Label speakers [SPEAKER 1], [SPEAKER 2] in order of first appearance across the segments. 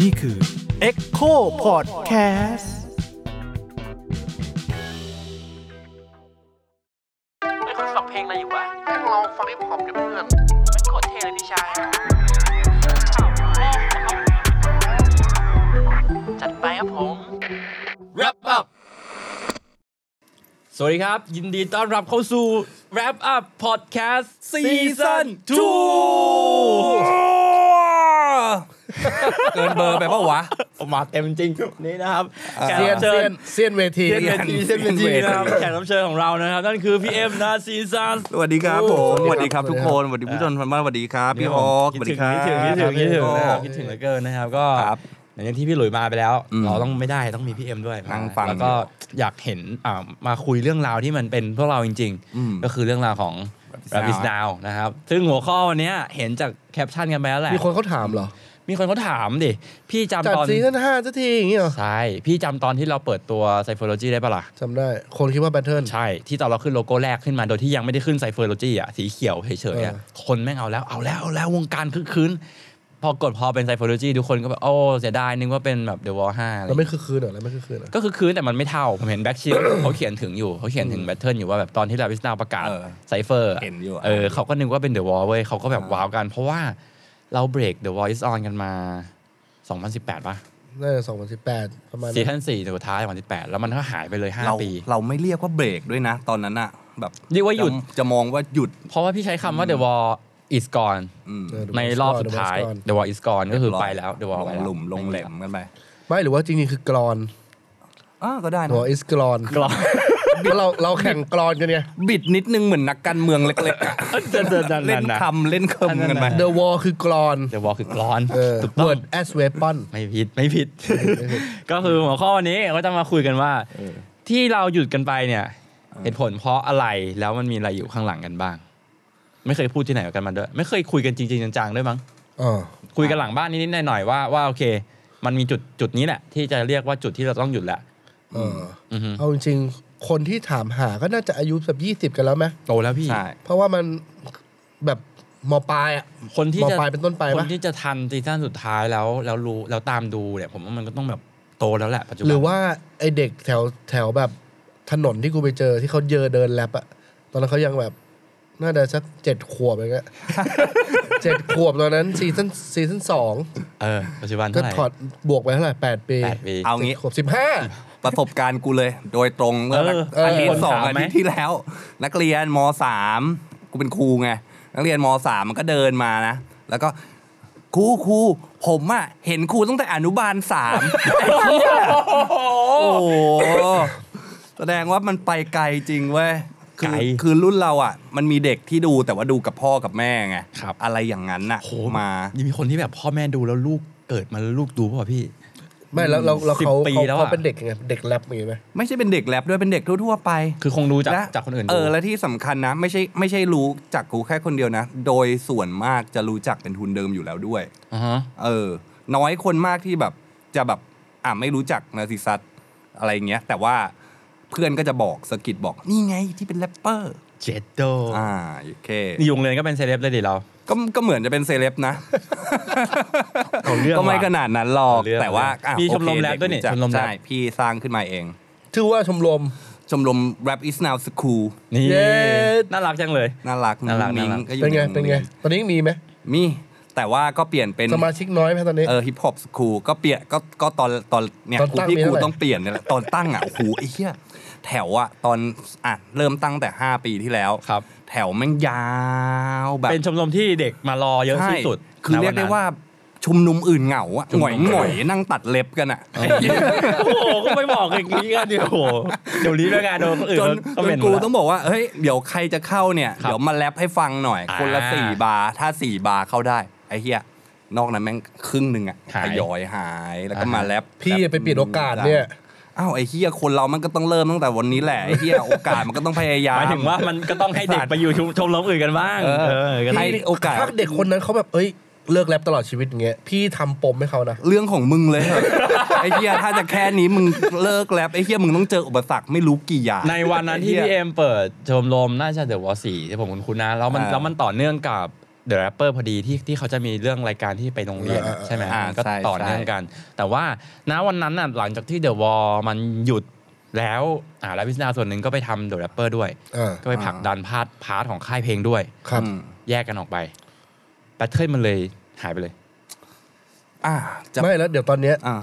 [SPEAKER 1] นี่คือ Echo Podcast
[SPEAKER 2] ไม่คุณฟังเพลงอะไรอยู่วะ
[SPEAKER 3] แม่งลองฟังฮิปฮอปดิเพื่อน
[SPEAKER 2] ไม่โคตรเท่เลยพี่ชาย จัดไปครับผม
[SPEAKER 4] wrap up สวัสดีครับ ยินดีต้อนรับเข้าสู่ wrap up podcast season 2 เกินเบอร์ไปเปล่าวะออกมาเต็มจริง นี่นะครับแขก
[SPEAKER 5] เซีย
[SPEAKER 4] รั
[SPEAKER 5] น
[SPEAKER 4] บเชิญ
[SPEAKER 5] เซียนเซียนเวที
[SPEAKER 4] เซียนเวทีเซียนเวทีนะครับแขกรับเชิญของเรานะครับ นั่นคือพี่เอ็มนะซีซั่น
[SPEAKER 6] สวัสดีครับผม สวัสดีครับทุกคน สวัสดี
[SPEAKER 4] อ่า
[SPEAKER 6] ผู้ชมทางบ้านสวัสดีครับ พี่ฮอก สวัสดีครับ
[SPEAKER 4] คิดถึงคิดถึงคิดถึง
[SPEAKER 6] โอ้
[SPEAKER 4] นะครับคิดถึงเหลือเกินนะครับก็
[SPEAKER 6] ครับ
[SPEAKER 4] อย่างที่พี่หลุยมาไปแล้ว
[SPEAKER 6] อืม
[SPEAKER 4] เราต้องไม่ได้ต้องมีพี่เอ็มด้วย
[SPEAKER 6] นั่งฟัง
[SPEAKER 4] แล้วก็อยากเห็นอ่ามาคุยเรื่องราวที่มันเป็นพวกเราจริง
[SPEAKER 6] อืม
[SPEAKER 4] ๆ ก็คือเรื่องราวของ
[SPEAKER 6] Rabbit's
[SPEAKER 4] Rabbit's
[SPEAKER 6] Now
[SPEAKER 4] Now นะครับ ซึ่งหัวข้อวันเนี้ยเห็นจากแคปชั่นกันไปแล้วแหละ
[SPEAKER 5] มีคนเขาถามเหรอ
[SPEAKER 4] มีคนเขาถามดิ พี่จำ
[SPEAKER 5] จัด
[SPEAKER 4] ตอน
[SPEAKER 5] ซีซั่นห้าสักทีอย่างเงี้ยเหรอ
[SPEAKER 4] ใช่พี่จำตอนที่เราเปิดตัว Psychology ได้ปะล่ะ
[SPEAKER 5] จำได้ คนคิดว่าแบทเทิล
[SPEAKER 4] ใช่ ที่ตอนเราขึ้นโลโก้แรกขึ้นมาโดยที่ยังไม่ได้ขึ้นไซเฟอร์โลจีอ่ะสีเขียวเฉยๆอ่ะ
[SPEAKER 5] เออ
[SPEAKER 4] คนแม่งเอาแล้วเอาแล้วเอาแล้ววงการคึกคืนพอกดพอเป็นไซเฟอร์โลจีทุกคนก็แบบ โอ้ เสียดายนึกว่าเป็นแบบเดอะวอลห้า
[SPEAKER 5] แล้วไม่คือคืนเหรอแล้วไม่คือคืนเหรอ
[SPEAKER 4] ก็คือคืนแต่มันไม่เท่า ผมเห็นแบ็กชิล เขาเขียนถึงอยู่เขาเขียนถึงแบทเทิลอยู่ว่าแบบตอนที่ลาวิสนาประกาศ
[SPEAKER 6] เออ
[SPEAKER 4] ไซเฟอร์ะ
[SPEAKER 6] เห็นอยู่อ่ะ
[SPEAKER 4] เออเขาก็นึกว่าเป็นเดอะวอลเว้ยเขาก็แบบว้าวกัน เพราะว่าเราเบรกเดอะวอลอิสออนกันมา 2018ป่ะ
[SPEAKER 5] น่าจะสองพันสิบแปดประมาณ
[SPEAKER 4] ซี
[SPEAKER 5] นั้น
[SPEAKER 4] ซั่นสี่สุดท้าย2018แล้วมันก็หายไปเลยห้า
[SPEAKER 6] เรา
[SPEAKER 4] ปี
[SPEAKER 6] เราไม่เรียกว่าเบรกด้วยนะ ตอนนั้นอะแบบ
[SPEAKER 4] เรียกว่าหยุด
[SPEAKER 6] จะจะมองว่าหยุด
[SPEAKER 4] เพราะว่าพี่ใช้คำว่าเดอะวอลอิสกอน
[SPEAKER 6] อืม
[SPEAKER 5] เออ The
[SPEAKER 4] ใน
[SPEAKER 5] Voice
[SPEAKER 4] รอบ
[SPEAKER 5] Gone
[SPEAKER 4] สุด
[SPEAKER 5] The
[SPEAKER 4] ท้าย
[SPEAKER 5] Voice Gone
[SPEAKER 4] The Wall is gone ก็คือไปแล้ว The Wall
[SPEAKER 6] ล
[SPEAKER 4] ไป
[SPEAKER 6] ง
[SPEAKER 4] แว
[SPEAKER 6] หลุมลงแหลมกันไป
[SPEAKER 5] ไม่หรือว่าจริงๆคือกรอน
[SPEAKER 6] อ่าก็ได้
[SPEAKER 5] หัว
[SPEAKER 6] นะ
[SPEAKER 5] อิสกรอน
[SPEAKER 4] กรอบ
[SPEAKER 5] เพราะเราเราแข่งกรอนกันไง
[SPEAKER 6] บิดนิดนึงเหมือนนักการเมืองเล็กๆอะเล่
[SPEAKER 4] เล่
[SPEAKER 6] น
[SPEAKER 4] นค
[SPEAKER 6] คำเล่นคำกันไป
[SPEAKER 5] The Wall คือกรอน
[SPEAKER 4] ำ The Wall คือกรอน
[SPEAKER 5] เออ
[SPEAKER 4] ถูกต้อง
[SPEAKER 5] Word as weapon
[SPEAKER 4] ไม่ผิด ไม่ ผิด ก็คือหัวข้อวันนี้ก็จะมาคุยกันว่า ที่เราหยุดกันไปเนี่ย เหตุผลเพราะอะไรแล้วมันมีอะไรอยู่ข้างหลังกันบ้าง ไม่เคยพูดที่ไหนกันมาด้วย ไม่เคยคุยกันจริงๆจังๆด้วยมั้ง
[SPEAKER 5] อ๋อ
[SPEAKER 4] คุยกันหลังบ้านนิดๆหน่อยๆว่าว่าโอเค มันมีจุดจุดนี้แหละ ที่จะเรียกว่าจุดที่เราต้องหยุดแหละ
[SPEAKER 5] เออ
[SPEAKER 4] อือฮึ
[SPEAKER 5] เอาจริงๆ คนที่ถามหาก็น่าจะอายุแบบยี่สิบกันแล้วไหม
[SPEAKER 4] โตแล้วพี่
[SPEAKER 6] ใช่
[SPEAKER 5] เพราะว่ามันแบบมปลายอะ
[SPEAKER 4] คนที่จะ
[SPEAKER 5] มปลายเป็นต้นไปปะ
[SPEAKER 4] คนที่จะทันซีซั่นสุดท้ายแล้วแล้วรู้แล้วตามดูเนี่ยผมว่ามันก็ต้องแบบโตแล้วแหละปัจจุบัน
[SPEAKER 5] หรือว่าไอเด็กแถวแถวแบบถนนที่กูไปเจอที่เขาเยอเดินแลบอะตอนนั้นเขายังแบบ น่าจะสักเจ็ดขวบอะไร เงี้ย เจ็ดขวบตอนนั้นซีซั่นซีซั่นสอง
[SPEAKER 4] เออปัจจุบัน
[SPEAKER 5] ก็
[SPEAKER 4] เท่าไหร่
[SPEAKER 5] ถอดบวกไปเท่าไหร่แปดปี
[SPEAKER 4] แปดปี
[SPEAKER 6] เอางี้
[SPEAKER 5] ขวบสิบห้า
[SPEAKER 6] ประสบการณ์กูเลย โดยตรงเมื่อ
[SPEAKER 4] เออ
[SPEAKER 6] อาทิต
[SPEAKER 4] เออ
[SPEAKER 6] ย์สอง
[SPEAKER 4] คนถาม
[SPEAKER 6] อาทิต
[SPEAKER 4] ไหม
[SPEAKER 6] ย์ที่แล้ว นักเรียนมสามกูเป็นครูไงนักเรียนมสามมันก็เดินมานะ แล้วก็ครูครูผมอะเห็นครูตั้งแต่อนุบาลสาม ไอ้เหี้ยโอ้โหแสดงว่ามันไปไกลจริงเว้ยคื
[SPEAKER 4] ไกล
[SPEAKER 6] คือรุ่นเราอะมันมีเด็กที่ดูแต่ว่าดูกับพ่อกับแม่ไง
[SPEAKER 4] ครับ
[SPEAKER 6] อะไรอย่างนั้นน่ะ
[SPEAKER 4] โห
[SPEAKER 6] มา
[SPEAKER 4] ยังมีคนที่แบบพ่อแม่ดูแล้วลูกเกิดมาแล้วลูกดูเปล่าวะพี่
[SPEAKER 5] ไม่แล้วเราเราเขา
[SPEAKER 4] สิบปี
[SPEAKER 5] เขา
[SPEAKER 4] แล้วอะ
[SPEAKER 5] เขาเป็นเด็กยังไงเด็กแลบมีไหม
[SPEAKER 6] ไม่ใช่เป็นเด็กแรปด้วยเป็นเด็กทั่วๆไป
[SPEAKER 4] คือคงดูจาก
[SPEAKER 6] และ
[SPEAKER 4] จากคนอื่นดู
[SPEAKER 6] เออ และที่สำคัญนะ ไม่ใช่ไม่ใช่รู้จากกูแค่คนเดียวนะ โดยส่วนมากจะรู้จักเป็นทุนเดิมอยู่แล้วด้วย
[SPEAKER 4] อ่าฮะ
[SPEAKER 6] เออ น้อยคนมากที่แบบจะแบบอ่ะไม่รู้จักนาซิซัสอะไรอย่างเงี้ย แต่ว่าเพื่อนก็จะบอกสะกิดบอก นี่ไงที่เป็นแรปเปอร์
[SPEAKER 4] เจ็ดโด
[SPEAKER 6] อ่าโอเค
[SPEAKER 4] นี่โรงเรียนก็เป็นเซเลบเลยดิเรา
[SPEAKER 6] ก็ก็เหมือนจะเป็นเซเลบนะ
[SPEAKER 4] เอาเรื่อง
[SPEAKER 6] ก็ไม่
[SPEAKER 4] ว่ะ
[SPEAKER 6] ขนาดนั้นหรอก
[SPEAKER 4] เอาเรื่อง
[SPEAKER 6] แต่ว่าอ่ะ
[SPEAKER 4] มีชมรม
[SPEAKER 6] โอเค
[SPEAKER 4] แรปด้วยนี่
[SPEAKER 6] เกรู้จัก
[SPEAKER 4] ชมรมแรป
[SPEAKER 6] ใช่พี่สร้างขึ้นมาเอง
[SPEAKER 5] ชื่อว่าชมรม
[SPEAKER 6] ชมรม Rap is now school
[SPEAKER 4] นี่
[SPEAKER 5] เย้
[SPEAKER 4] น่ารักจังเลย
[SPEAKER 6] น่ารัก
[SPEAKER 4] น่ารัก
[SPEAKER 6] มิ้ง
[SPEAKER 4] น่ารัก
[SPEAKER 6] ก็อยู่
[SPEAKER 5] เป็นไง
[SPEAKER 6] ใโร
[SPEAKER 5] เป็นไง
[SPEAKER 6] รีย
[SPEAKER 5] ตอนนี้มีไหม
[SPEAKER 6] มีแต่ว่าก็เปลี่ยนเป็น
[SPEAKER 5] สมาชิกน้อยไหมตอนนี้
[SPEAKER 6] เออฮิปฮอปสคูลก็เปลี่ยนก็ก็ตอนตอนเนี่ย
[SPEAKER 5] ตอ
[SPEAKER 6] กู
[SPEAKER 5] นตั้ง
[SPEAKER 6] ที่
[SPEAKER 5] มี
[SPEAKER 6] กู
[SPEAKER 5] เท่าไหร่
[SPEAKER 6] ต้องเปลี่ยนเนี่ยแหละตอนตั้งอ่ะ โอ้โหไอ้เหี้ยแถวอ่ะตอนอ่ะเริ่มตั้งแต่ 5 ปีที่แล้ว
[SPEAKER 4] ครับ
[SPEAKER 6] แถวแม่งยาวแบบ
[SPEAKER 4] เป็นชมรมที่เด็กมารอเยอะที่สุด
[SPEAKER 6] ใช่คือ
[SPEAKER 4] ณ
[SPEAKER 6] เรีย
[SPEAKER 4] น
[SPEAKER 6] ก
[SPEAKER 4] นั้น
[SPEAKER 6] ได้ว่าชุมนุมอื่นเหงาอ่ะ
[SPEAKER 4] ชุม
[SPEAKER 6] ห
[SPEAKER 4] นุ
[SPEAKER 6] ง
[SPEAKER 4] ม
[SPEAKER 6] อยหงอยนั่งตัดเล็บกันอ่ะ
[SPEAKER 4] โอ้โหก็ไม่บอกอย่างนี้กันเดี๋ยวโอ้โหเดี๋ยวนี้แม่งานโดนคนอื่น
[SPEAKER 6] จน
[SPEAKER 4] เขา
[SPEAKER 6] จน
[SPEAKER 4] เป็น
[SPEAKER 6] กู
[SPEAKER 4] หมดละ
[SPEAKER 6] ต้องบอกว่าเฮ้ยเดี๋ยวใครจะเข้าเนี่ย
[SPEAKER 4] ครับ
[SPEAKER 6] เดี๋ยวมาแรปให้ฟังหน่อย
[SPEAKER 4] อ่า
[SPEAKER 6] คนละสี่บาร์ถ้าสี่บาร์เข้าได้ไอ้เหี้ยนอกนั้นแม่งครึ่งหนึ่งอ่ะ
[SPEAKER 4] หาย
[SPEAKER 6] ทยอยหายแล้วก็มาแรป
[SPEAKER 5] พี่ไปเปลี่ยนโอกาสเนี่ย
[SPEAKER 6] อ้าวไอ้เฮียคนเรามันก็ต้องเริ่มตั้งแต่วันนี้แหละไอ้เฮียโอกาสมันก็ต้องพยายาม
[SPEAKER 4] หมายถึงว่ามันก็ต้องให้เด็กไปอยู่ชมรมอื่นกันบ้าง
[SPEAKER 6] เออ
[SPEAKER 4] เออก็
[SPEAKER 6] ให้
[SPEAKER 4] ได้
[SPEAKER 6] โอกาส
[SPEAKER 5] ถ้าเด็กคนนั้นเขาแบบเอ้ยเลิกแลบตลอดชีวิตอย่างเงี้ยพี่ทำปมให้เขานะ
[SPEAKER 6] เรื่องของมึงเลยเหรอไอ้เฮียถ้าจะแค่นี้มึงเลิกแล้วไอ้เฮียมึงต้องเจออุปสรรคไม่รู้กี่อย่าง
[SPEAKER 4] ในวันนั้นที่
[SPEAKER 6] ไอ้
[SPEAKER 4] พี่
[SPEAKER 6] เหี้ย
[SPEAKER 4] เอ็มเปิดชมรมน่าจะเดอะวอสี่ที่ผมคุ้นๆนะแล้วมัน
[SPEAKER 6] อ่า
[SPEAKER 4] แล้วมันต่อเนื่องกับ เดอะแรปเปอร์พอดีที่ที่เขาจะมีเรื่องรายการที่ไปโรงเรียน
[SPEAKER 5] อ่าอ่า
[SPEAKER 4] ใช่ไหม
[SPEAKER 6] อ่า
[SPEAKER 4] มันก็
[SPEAKER 6] ใช่
[SPEAKER 4] ต่อเนื่อง
[SPEAKER 6] ใช่
[SPEAKER 4] กัน แต่ว่าณวันนั้นน่ะหลังจากที่เดอะวอลมันหยุดแล้วอ่าแล้วพิจารณาส่วนหนึ่งก็ไปทำเดอะแรปเปอร์ด้วย
[SPEAKER 5] อ่า
[SPEAKER 4] ก็ไปผลักดันพาร์ทพาร์ทของค่ายเพลงด้วย
[SPEAKER 5] ครับ
[SPEAKER 6] อืม
[SPEAKER 4] แยกกันออกไปแบทเทิลมันเลยหายไปเลย
[SPEAKER 6] อ่าจะ
[SPEAKER 5] ไม่แล้วเดี๋ยวตอนเนี้ย
[SPEAKER 6] อ่า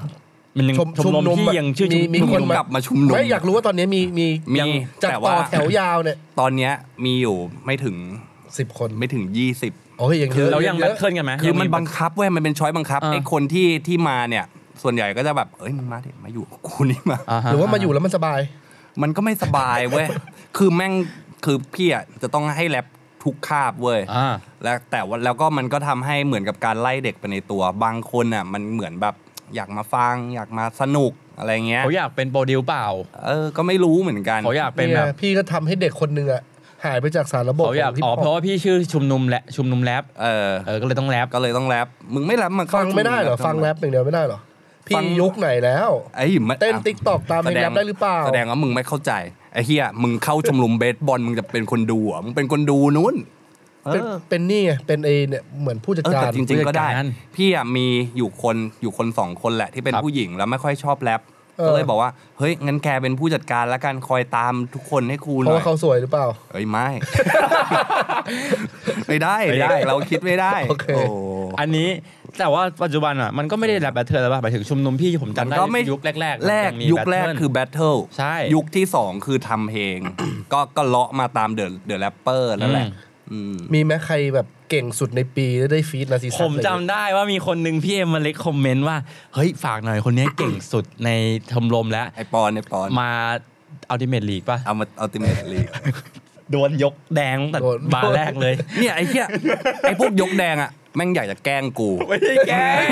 [SPEAKER 4] มันยัง
[SPEAKER 5] ชม
[SPEAKER 4] ชมรม
[SPEAKER 5] ชุมนุม
[SPEAKER 4] ที่
[SPEAKER 5] อะ
[SPEAKER 4] ยังชื่อชมร
[SPEAKER 5] มี
[SPEAKER 4] ม
[SPEAKER 5] คน
[SPEAKER 6] มกลับมาชุมนุม
[SPEAKER 5] ไม่อยากรู้ว่าตอนนี้มีมี
[SPEAKER 6] มี
[SPEAKER 5] ยังจัด
[SPEAKER 6] แต่
[SPEAKER 5] ต่อ
[SPEAKER 6] ว่า
[SPEAKER 5] แถวยาวเนี่ย
[SPEAKER 6] ตอนเนี้ยมีอยู่ไม่ถึง
[SPEAKER 5] สิบคน
[SPEAKER 6] ไม่ถึงยี่สิบ
[SPEAKER 5] โอ้ยยังเยอะ
[SPEAKER 4] เรายัง
[SPEAKER 5] เย
[SPEAKER 4] แบท
[SPEAKER 5] อะ
[SPEAKER 4] เทิลกันไหม
[SPEAKER 6] คือมัน
[SPEAKER 4] ยั
[SPEAKER 6] บังคับเว้ยมันเป็นช้อยบังคับ
[SPEAKER 4] อ่า
[SPEAKER 6] ไอ้คนที่ที่มาเนี่ย ส่วนใหญ่ก็จะแบบ เอ้ยมึงมาเถอะมาอยู่กับกูนี่มา
[SPEAKER 4] ฮะ
[SPEAKER 5] หรือว่ามาอยู่แล้วมันสบาย
[SPEAKER 6] มันก็ไม่สบายเว้ย คือแม่งคือพี่อ่ะจะต้องให้แรปทุกคาบเว้ย
[SPEAKER 4] อ่า
[SPEAKER 6] แล้วแต่ว่าแล้วก็มันก็ทำให้เหมือนกับการไล่เด็กไปในตัว บางคนอ่ะมันเหมือนแบบอยากมาฟัง อยากมาสนุกอะไรเงี้ย
[SPEAKER 4] เขาอยากเป็นโปรดิวเปล่า
[SPEAKER 6] เออ ก็ไม่รู้เหมือนกัน
[SPEAKER 4] เขาอยากเป็นแบบ
[SPEAKER 5] พี่ก็ทำให้เด็กคนหนึ่งอะหายไปจากสารระบบ
[SPEAKER 4] เขาอยาก
[SPEAKER 5] ขง hip
[SPEAKER 4] อ๋อ
[SPEAKER 5] hop
[SPEAKER 4] เพราะว่าพี่ชื่อชุมนุมแหละชุมนุมแรป
[SPEAKER 6] เออ
[SPEAKER 4] เออก็เลยต้องแรป
[SPEAKER 6] ก็เลยต้องแรปมึงไม่แรปมันเข้า
[SPEAKER 5] ฟังไม่ได้เหรอ
[SPEAKER 6] ทำ
[SPEAKER 5] ฟังแรปอย่างเดียวไม่ได้เหรอ พี่
[SPEAKER 6] ฟัง
[SPEAKER 5] ยุคไหนแล้ว
[SPEAKER 6] ไอ้มัน
[SPEAKER 5] เต้นติ๊กตอกตามเพลงแรปได้หรือเปล่า
[SPEAKER 6] แสดงว่ามึงไม่เข้าใจไอ้เฮียมึงเข้าชมรมเบสบอลมึงจะเป็นคนดูเหรอ่ะมึงเป็นคนดูนู้นเอ
[SPEAKER 5] เป็น
[SPEAKER 6] อ
[SPEAKER 5] เป็นนี่ไงเป็นไอเนี่ยเหมือนผู้จัด
[SPEAKER 6] เออ
[SPEAKER 5] การ
[SPEAKER 6] แต่จริง ๆก็ได้ พี่อ่ะมีอยู่คนอยู่คนสองคนแหละที่เป็นผู้หญิงแล้วไม่ค่อยชอบแรปก็เลยบอกว่าเฮ้ยงั้นแกเป็นผู้จัดการแล้วกันคอยตามทุกคนให้ครูห
[SPEAKER 5] เพ
[SPEAKER 6] น่อ
[SPEAKER 5] ราะว่าย เขาสวยหรือเปล่า
[SPEAKER 6] เอ้ยไม่ ไม่ได้
[SPEAKER 4] ไม่ได้
[SPEAKER 6] เด็กเราคิดไม่ได้
[SPEAKER 5] โอเค
[SPEAKER 6] โอ้
[SPEAKER 4] อันนี้แต่ว่าปัจจุบันอ่ะมันก็ไม่ได้แรปแบทเทิลแล้วป่ะหมายถึงชุมนุมพี่ผมจำได้
[SPEAKER 6] มันก็ไม่
[SPEAKER 4] ยุคแรกๆมัน
[SPEAKER 6] แรก
[SPEAKER 4] งมี
[SPEAKER 6] ยุคแรก
[SPEAKER 4] battle
[SPEAKER 6] คือแบทเทิล
[SPEAKER 4] ใช่
[SPEAKER 6] ยุคที่สองคือทำเพลง ก็ก็เลาะมาตามเดอะเดอะแรปเปอร์นั่นแหละอืม
[SPEAKER 5] มีไหมใครแบบเก่งสุดในปีแล้วได้ฟีดนาซีซั
[SPEAKER 4] ผม
[SPEAKER 5] อะไร
[SPEAKER 4] จำ
[SPEAKER 5] อย่างเงี้ย
[SPEAKER 4] ได้ว่ามีคนหนึ่งพี่เอ็มมาเล็กคอมเมนต์ว่าเฮ้ยฝากหน่อยคนนี้เก่งสุดในชมรมแล้ว
[SPEAKER 6] ไอปอนไอปอน
[SPEAKER 4] มาอัลติเมทลีกป่ะ
[SPEAKER 6] เอามาอัลติเมทลี
[SPEAKER 4] โดนยกแดงตั้งแต่บาร์แรกเลย
[SPEAKER 6] เนี่ยไอ้เหี้ยไอ้พวกยกแดงอ่ะ แม่งอยากจะแกล้งกู
[SPEAKER 4] ไม่ได้แกล้ง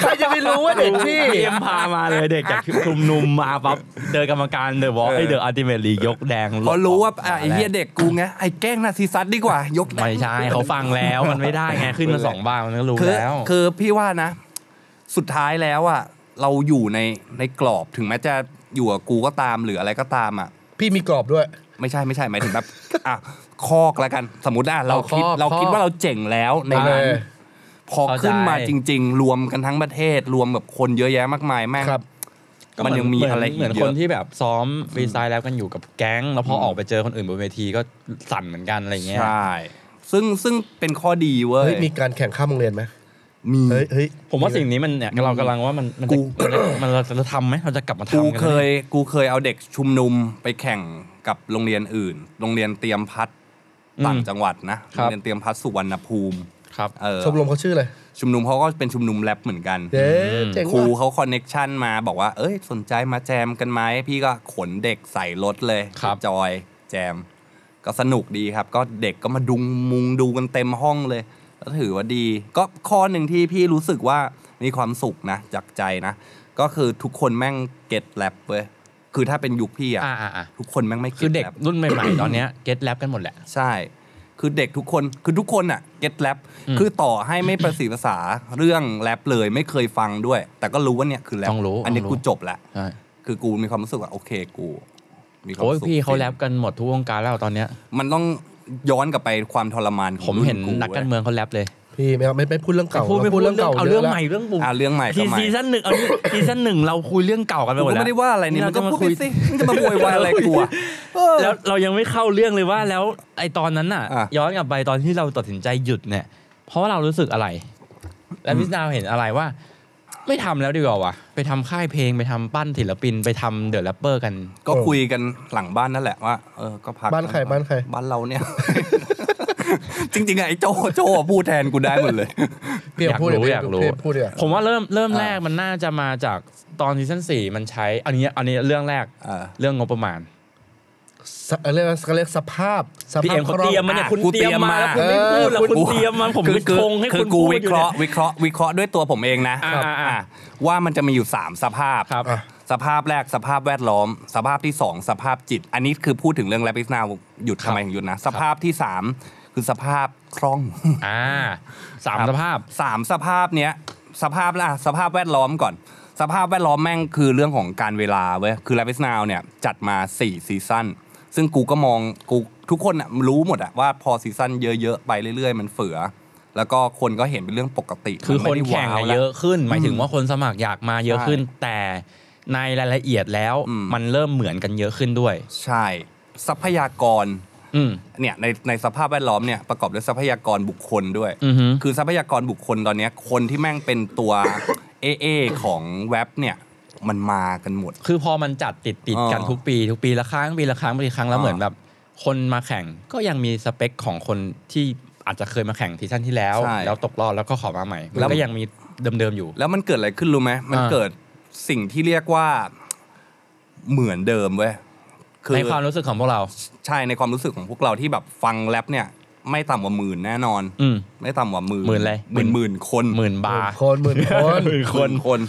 [SPEAKER 5] ใครจะไปรู้ว่าเด็กที่
[SPEAKER 4] เตรียมพามาเลยเด็กจากชุมนุมมาปั๊บเจอกรรมการเดอะวอล์กไอเดอะอัลติเมทลียกแดง
[SPEAKER 6] เพราะรู้ว่าอ่ะไอ้เหี้ยเด็กกูไงไอ้แกล้งนาซีซัดดีกว่า ยกแดง
[SPEAKER 4] ไม่ใช่เขาฟังแล้วมันไม่ได้ไงขึ้นมาสองบ้างมันก็รู้
[SPEAKER 6] คือ
[SPEAKER 4] แล้ว
[SPEAKER 6] คือพี่ว่านะ สุดท้ายแล้วอ่ะเราอยู่ในในกรอบถึงแม้จะอยู่กับกูก็ตามหรืออะไรก็ตามอ่ะ
[SPEAKER 5] พี่มีกรอบด้วย
[SPEAKER 6] ไม่ใช่ไม่ใช่หมายถึงแบบ อ่ะคอกแล้วกันสมมติอ่ะเรา
[SPEAKER 5] เอาค
[SPEAKER 6] คิด
[SPEAKER 5] อก
[SPEAKER 6] เราคิด
[SPEAKER 5] คอก
[SPEAKER 6] ว่าเราเจ๋งแล้วในนั้น
[SPEAKER 5] เออ
[SPEAKER 6] พอขึ้นมาจริง ๆ รวมกันทั้งประเทศ รวมแบบคนเยอะแยะมากมายแม่ง
[SPEAKER 5] ครับ
[SPEAKER 4] ก็
[SPEAKER 6] มันยังมี
[SPEAKER 4] เห
[SPEAKER 6] อะไรอีก
[SPEAKER 4] เหมือน
[SPEAKER 6] เย
[SPEAKER 4] ค
[SPEAKER 6] อะ
[SPEAKER 4] นที่แบบซ้อมวีไซน์แล้วกันอยู่กับแก๊ง แล้วพอออกไปเจอคนอื่นบนเวทีก็สั่นเหมือนกันอะไรเงี้ย
[SPEAKER 6] ใช่ ซึ่งซึ่งเป็นข้อดีเว้ย
[SPEAKER 5] เฮ้ยมีการแข่งข้ามโรงเรียนไหม
[SPEAKER 6] มี
[SPEAKER 5] เฮ้ยเฮ้ย
[SPEAKER 4] ผมว่าสิ่งนี้มันเนี่ยเรากำลังว่ามันมัน
[SPEAKER 6] กู
[SPEAKER 4] จะมันเราจะทำไหมเราจะกลับมาทำ
[SPEAKER 6] กู
[SPEAKER 4] กันไหม
[SPEAKER 6] เคยกูเคยเอาเด็กชุมนุมไปแข่งกับโรงเรียนอื่น โรงเรียนเตรียมพัฒน์
[SPEAKER 4] อืม
[SPEAKER 6] ต่างจังหวัดนะ
[SPEAKER 4] ครั
[SPEAKER 6] โร
[SPEAKER 4] บ
[SPEAKER 6] งเรียนเตรียมพัฒน์สุวรรณภูมิ
[SPEAKER 4] ครับ
[SPEAKER 6] เออ
[SPEAKER 5] ชมรมเขาชื่ออะไร
[SPEAKER 6] ชุมนุมเขาก็เป็นชุมนุมแรปเหมือนกัน
[SPEAKER 5] เด้เจ๋ง
[SPEAKER 6] ครู
[SPEAKER 5] ว่ะ
[SPEAKER 6] เขาคอนเน็กชันมาบอกว่า เอ้ย สนใจมาแจมกันไหมพี่ก็ขนเด็กใส่รถเลย
[SPEAKER 4] ครับ
[SPEAKER 6] จอยแจม ก็สนุกดีครับ ก็เด็กก็มาดุงมุงดูกันเต็มห้องเลยก็ถือว่าดี ก็ข้อหนึ่งที่พี่รู้สึกว่ามีความสุขนะ จากใจนะ ก็คือทุกคนแม่งเก็ตแรปเว้ยคือถ้าเป็นยุคพี่อะ
[SPEAKER 4] อ่าอ่าอ่า
[SPEAKER 6] ทุกคนแม่งไม่
[SPEAKER 4] คื
[SPEAKER 6] เก็
[SPEAKER 4] อ
[SPEAKER 6] ต
[SPEAKER 4] เด็ก
[SPEAKER 6] แรป
[SPEAKER 4] รุ่นใหม่ๆตอนเนี้ยเก็ตแรปกันหมดแหละ
[SPEAKER 6] ใช่ คือเด็กทุกคนคือทุกคนอะเก็ตแรป
[SPEAKER 4] อืม
[SPEAKER 6] คือต่อให้ไม่ประสีภาษาเรื่องแรปเลยไม่เคยฟังด้วย แต่ก็รู้ว่าเนี่ยคือแรป
[SPEAKER 4] ต้องรู้
[SPEAKER 6] อันนี้กูจบละ
[SPEAKER 4] ใช่
[SPEAKER 6] คือกูมีความรู้สึกว่าโอเคกู มีความ
[SPEAKER 4] โอ้ย
[SPEAKER 6] สุข
[SPEAKER 4] พี่เขาแรปกันหมดทุกวงการแล้วตอนเนี้ย
[SPEAKER 6] มันต้องย้อนกลับไปความทรมานขอ
[SPEAKER 4] ผม
[SPEAKER 6] งรุ่
[SPEAKER 4] เห็น
[SPEAKER 6] ว้ย
[SPEAKER 4] นักการเมืองเขาแรปเลย
[SPEAKER 5] พี่ไม่เอาไม่ไม่พูดเรื่องเก่า
[SPEAKER 4] พูดไม่
[SPEAKER 5] เรา
[SPEAKER 4] พูดเรื่องเก่าเอาเรื่อง
[SPEAKER 5] ยะ
[SPEAKER 4] ใหม่
[SPEAKER 5] แล้
[SPEAKER 4] เรื่องบุ๋ม
[SPEAKER 6] อ่าเรื่องใหม่
[SPEAKER 4] ซี
[SPEAKER 6] ทำไม
[SPEAKER 4] ซีซั่นหนึ่งเอาซีซั่นหนึ่งเราคุยเรื่องเก่ากันไป
[SPEAKER 6] กู
[SPEAKER 4] หมด
[SPEAKER 6] ก็
[SPEAKER 4] แล้ว
[SPEAKER 6] ไม่ได้ว่าอะไรนี่มันก็พูดไปสิมันจะมาโวยวายอะไรกู อะ
[SPEAKER 4] แล้วเรายังไม่เข้าเรื่องเลยว่าแล้วไอตอนนั้นน่ะ
[SPEAKER 6] อ่ะ
[SPEAKER 4] ย้อนกลับไปตอนที่เราตัดสินใจหยุดเนี่ย เพราะว่าเรารู้สึกอะไร และพิจารณาเห็นอะไรว่า ไม่ทำแล้วดีกว่าวะไปทำค่ายเพลงไปทำปั้นศิลปินไปทำเดอะแรปเปอร์กัน
[SPEAKER 6] ก็คุยกันหลังบ้านนั่นแหละว่าเออก็พัก
[SPEAKER 5] บ้านใครบ้านใคร
[SPEAKER 6] บ้านเราเนี่ย จริงๆอะไอ้โจโจพูดแทนกูได้หมดเลย
[SPEAKER 5] เพียง
[SPEAKER 4] อยาก
[SPEAKER 5] พูด
[SPEAKER 4] รู้
[SPEAKER 5] เดี๋ว
[SPEAKER 4] อยากรู้
[SPEAKER 5] เพีงพูดเดี๋ยว
[SPEAKER 4] ผมว่าเริ่มเริ่ม
[SPEAKER 6] อ่ะ
[SPEAKER 4] แรกมันน่าจะมาจากตอนซีซั่นสี่มันใช้ อันนี้อันนี้เรื่องแรก
[SPEAKER 6] อ่า
[SPEAKER 4] เรื่องงบประมาณ
[SPEAKER 5] สเรียกว่าเรียกสภาพส
[SPEAKER 4] พี่
[SPEAKER 5] ภาพ
[SPEAKER 4] เอ็มเขา
[SPEAKER 5] ล่ง
[SPEAKER 4] เตรียมมาเนี่ย
[SPEAKER 6] อ่ะ
[SPEAKER 4] คุณ
[SPEAKER 6] กู
[SPEAKER 4] เตรียมมาแล้ว
[SPEAKER 6] เต
[SPEAKER 4] คุณไม่พูด
[SPEAKER 6] รียมมา
[SPEAKER 4] แล้วคุณ
[SPEAKER 5] เออ
[SPEAKER 4] เตรียมมาผม
[SPEAKER 6] คือ
[SPEAKER 4] ไม่ชงให้
[SPEAKER 6] คือ
[SPEAKER 4] คุณ
[SPEAKER 6] กู
[SPEAKER 4] พูด
[SPEAKER 6] วิ
[SPEAKER 4] อยู่
[SPEAKER 6] เคราะห์
[SPEAKER 4] นี่ย
[SPEAKER 6] วิเคราะห์วิเคราะห์ด้วยตัวผมเองนะ
[SPEAKER 4] อ่าอ่า
[SPEAKER 6] อ่าว่ามันจะมีอยู่ 3 สภาพ
[SPEAKER 4] ครับ
[SPEAKER 6] สภาพแรกสภาพแวดล้อม สภาพที่ 2 สภาพจิต อันนี้คือพูดถึงเรื่องแรปิสนาหยุดทำไมถึงหยุดนะ สภาพที่ 3 คือสภาพคล่อง
[SPEAKER 4] อ่าสาม
[SPEAKER 6] ครับ
[SPEAKER 4] สภาพ
[SPEAKER 6] สามสภาพเนี้ยสภาพละสภาพแวดล้อมก่อน สภาพแวดล้อมแม่งคือเรื่องของการเวลาเว้ยคือ Rabbit Now เนี่ยจัดมา 4 ซีซั่นซึ่งกูก็มองกูทุกคนอะรู้หมดอะว่าพอซีซั่นเยอะ ๆ ไปเรื่อย ๆ มันเฟือ แล้วก็คนก็เห็นเป็นเรื่องปกติ
[SPEAKER 4] คือ
[SPEAKER 6] มั
[SPEAKER 4] คน
[SPEAKER 6] ไม่ได้
[SPEAKER 4] แข่ง
[SPEAKER 6] ว้าว
[SPEAKER 4] อะ
[SPEAKER 6] ล
[SPEAKER 4] เยอะขึ้น หมายถึงว่าคนสมัครอยากมาเยอะขึ้น แต่ในรายละเอียดแล้ว
[SPEAKER 6] อืม
[SPEAKER 4] มันเริ่มเหมือนกันเยอะขึ้นด้วย
[SPEAKER 6] ใช่ ทรัพยากร
[SPEAKER 4] อืม
[SPEAKER 6] เนี่ยในในสภาพแวดล้อมเนี่ยประกอบด้วยทรัพยากรบุคคลด้วย
[SPEAKER 4] อือฮึ
[SPEAKER 6] คือทรัพยากรบุคคลตอนเนี้ยคนที่แม่งเป็นตัว เอเอของเว็บเนี่ยมันมากันหมด
[SPEAKER 4] คือพอมันจัดติดติดๆกัน
[SPEAKER 6] อ่า
[SPEAKER 4] ทุกปี ทุกปีละครั้งปีละครั้งปีละครั้งแล้ว
[SPEAKER 6] อ่า
[SPEAKER 4] เหมือนแบบ คนมาแข่งก็ยังมีสเปคของคนที่อาจจะเคยมาแข่งซีซั่นที่แล้ว
[SPEAKER 6] ใช่
[SPEAKER 4] แล้วตกรอบแล้วก็ขอมาใหม่มั
[SPEAKER 6] แล้
[SPEAKER 4] น
[SPEAKER 6] ว
[SPEAKER 4] ก็ยังมีเดิมๆอยู่
[SPEAKER 6] แล้วมันเกิดอะไรขึ้นรู้ไหมมัน
[SPEAKER 4] อ่า
[SPEAKER 6] เกิดสิ่งที่เรียกว่าเหมือนเดิมเว้ยอ
[SPEAKER 4] ในความรู้สึกของพวกเรา
[SPEAKER 6] ใช่ในความรู้สึกของพวกเราที่แบบฟังแรปเนี่ย ไม่ต่ำกว่าหมื่นแน่นอน
[SPEAKER 4] อืม
[SPEAKER 6] ไม่ต่ำกว่าหมื่น
[SPEAKER 4] หมื่นอะไร
[SPEAKER 6] หมื่นหมื่นคน
[SPEAKER 4] หมื่นบาท
[SPEAKER 5] คนหมื่นคน
[SPEAKER 6] หมื่นคนคน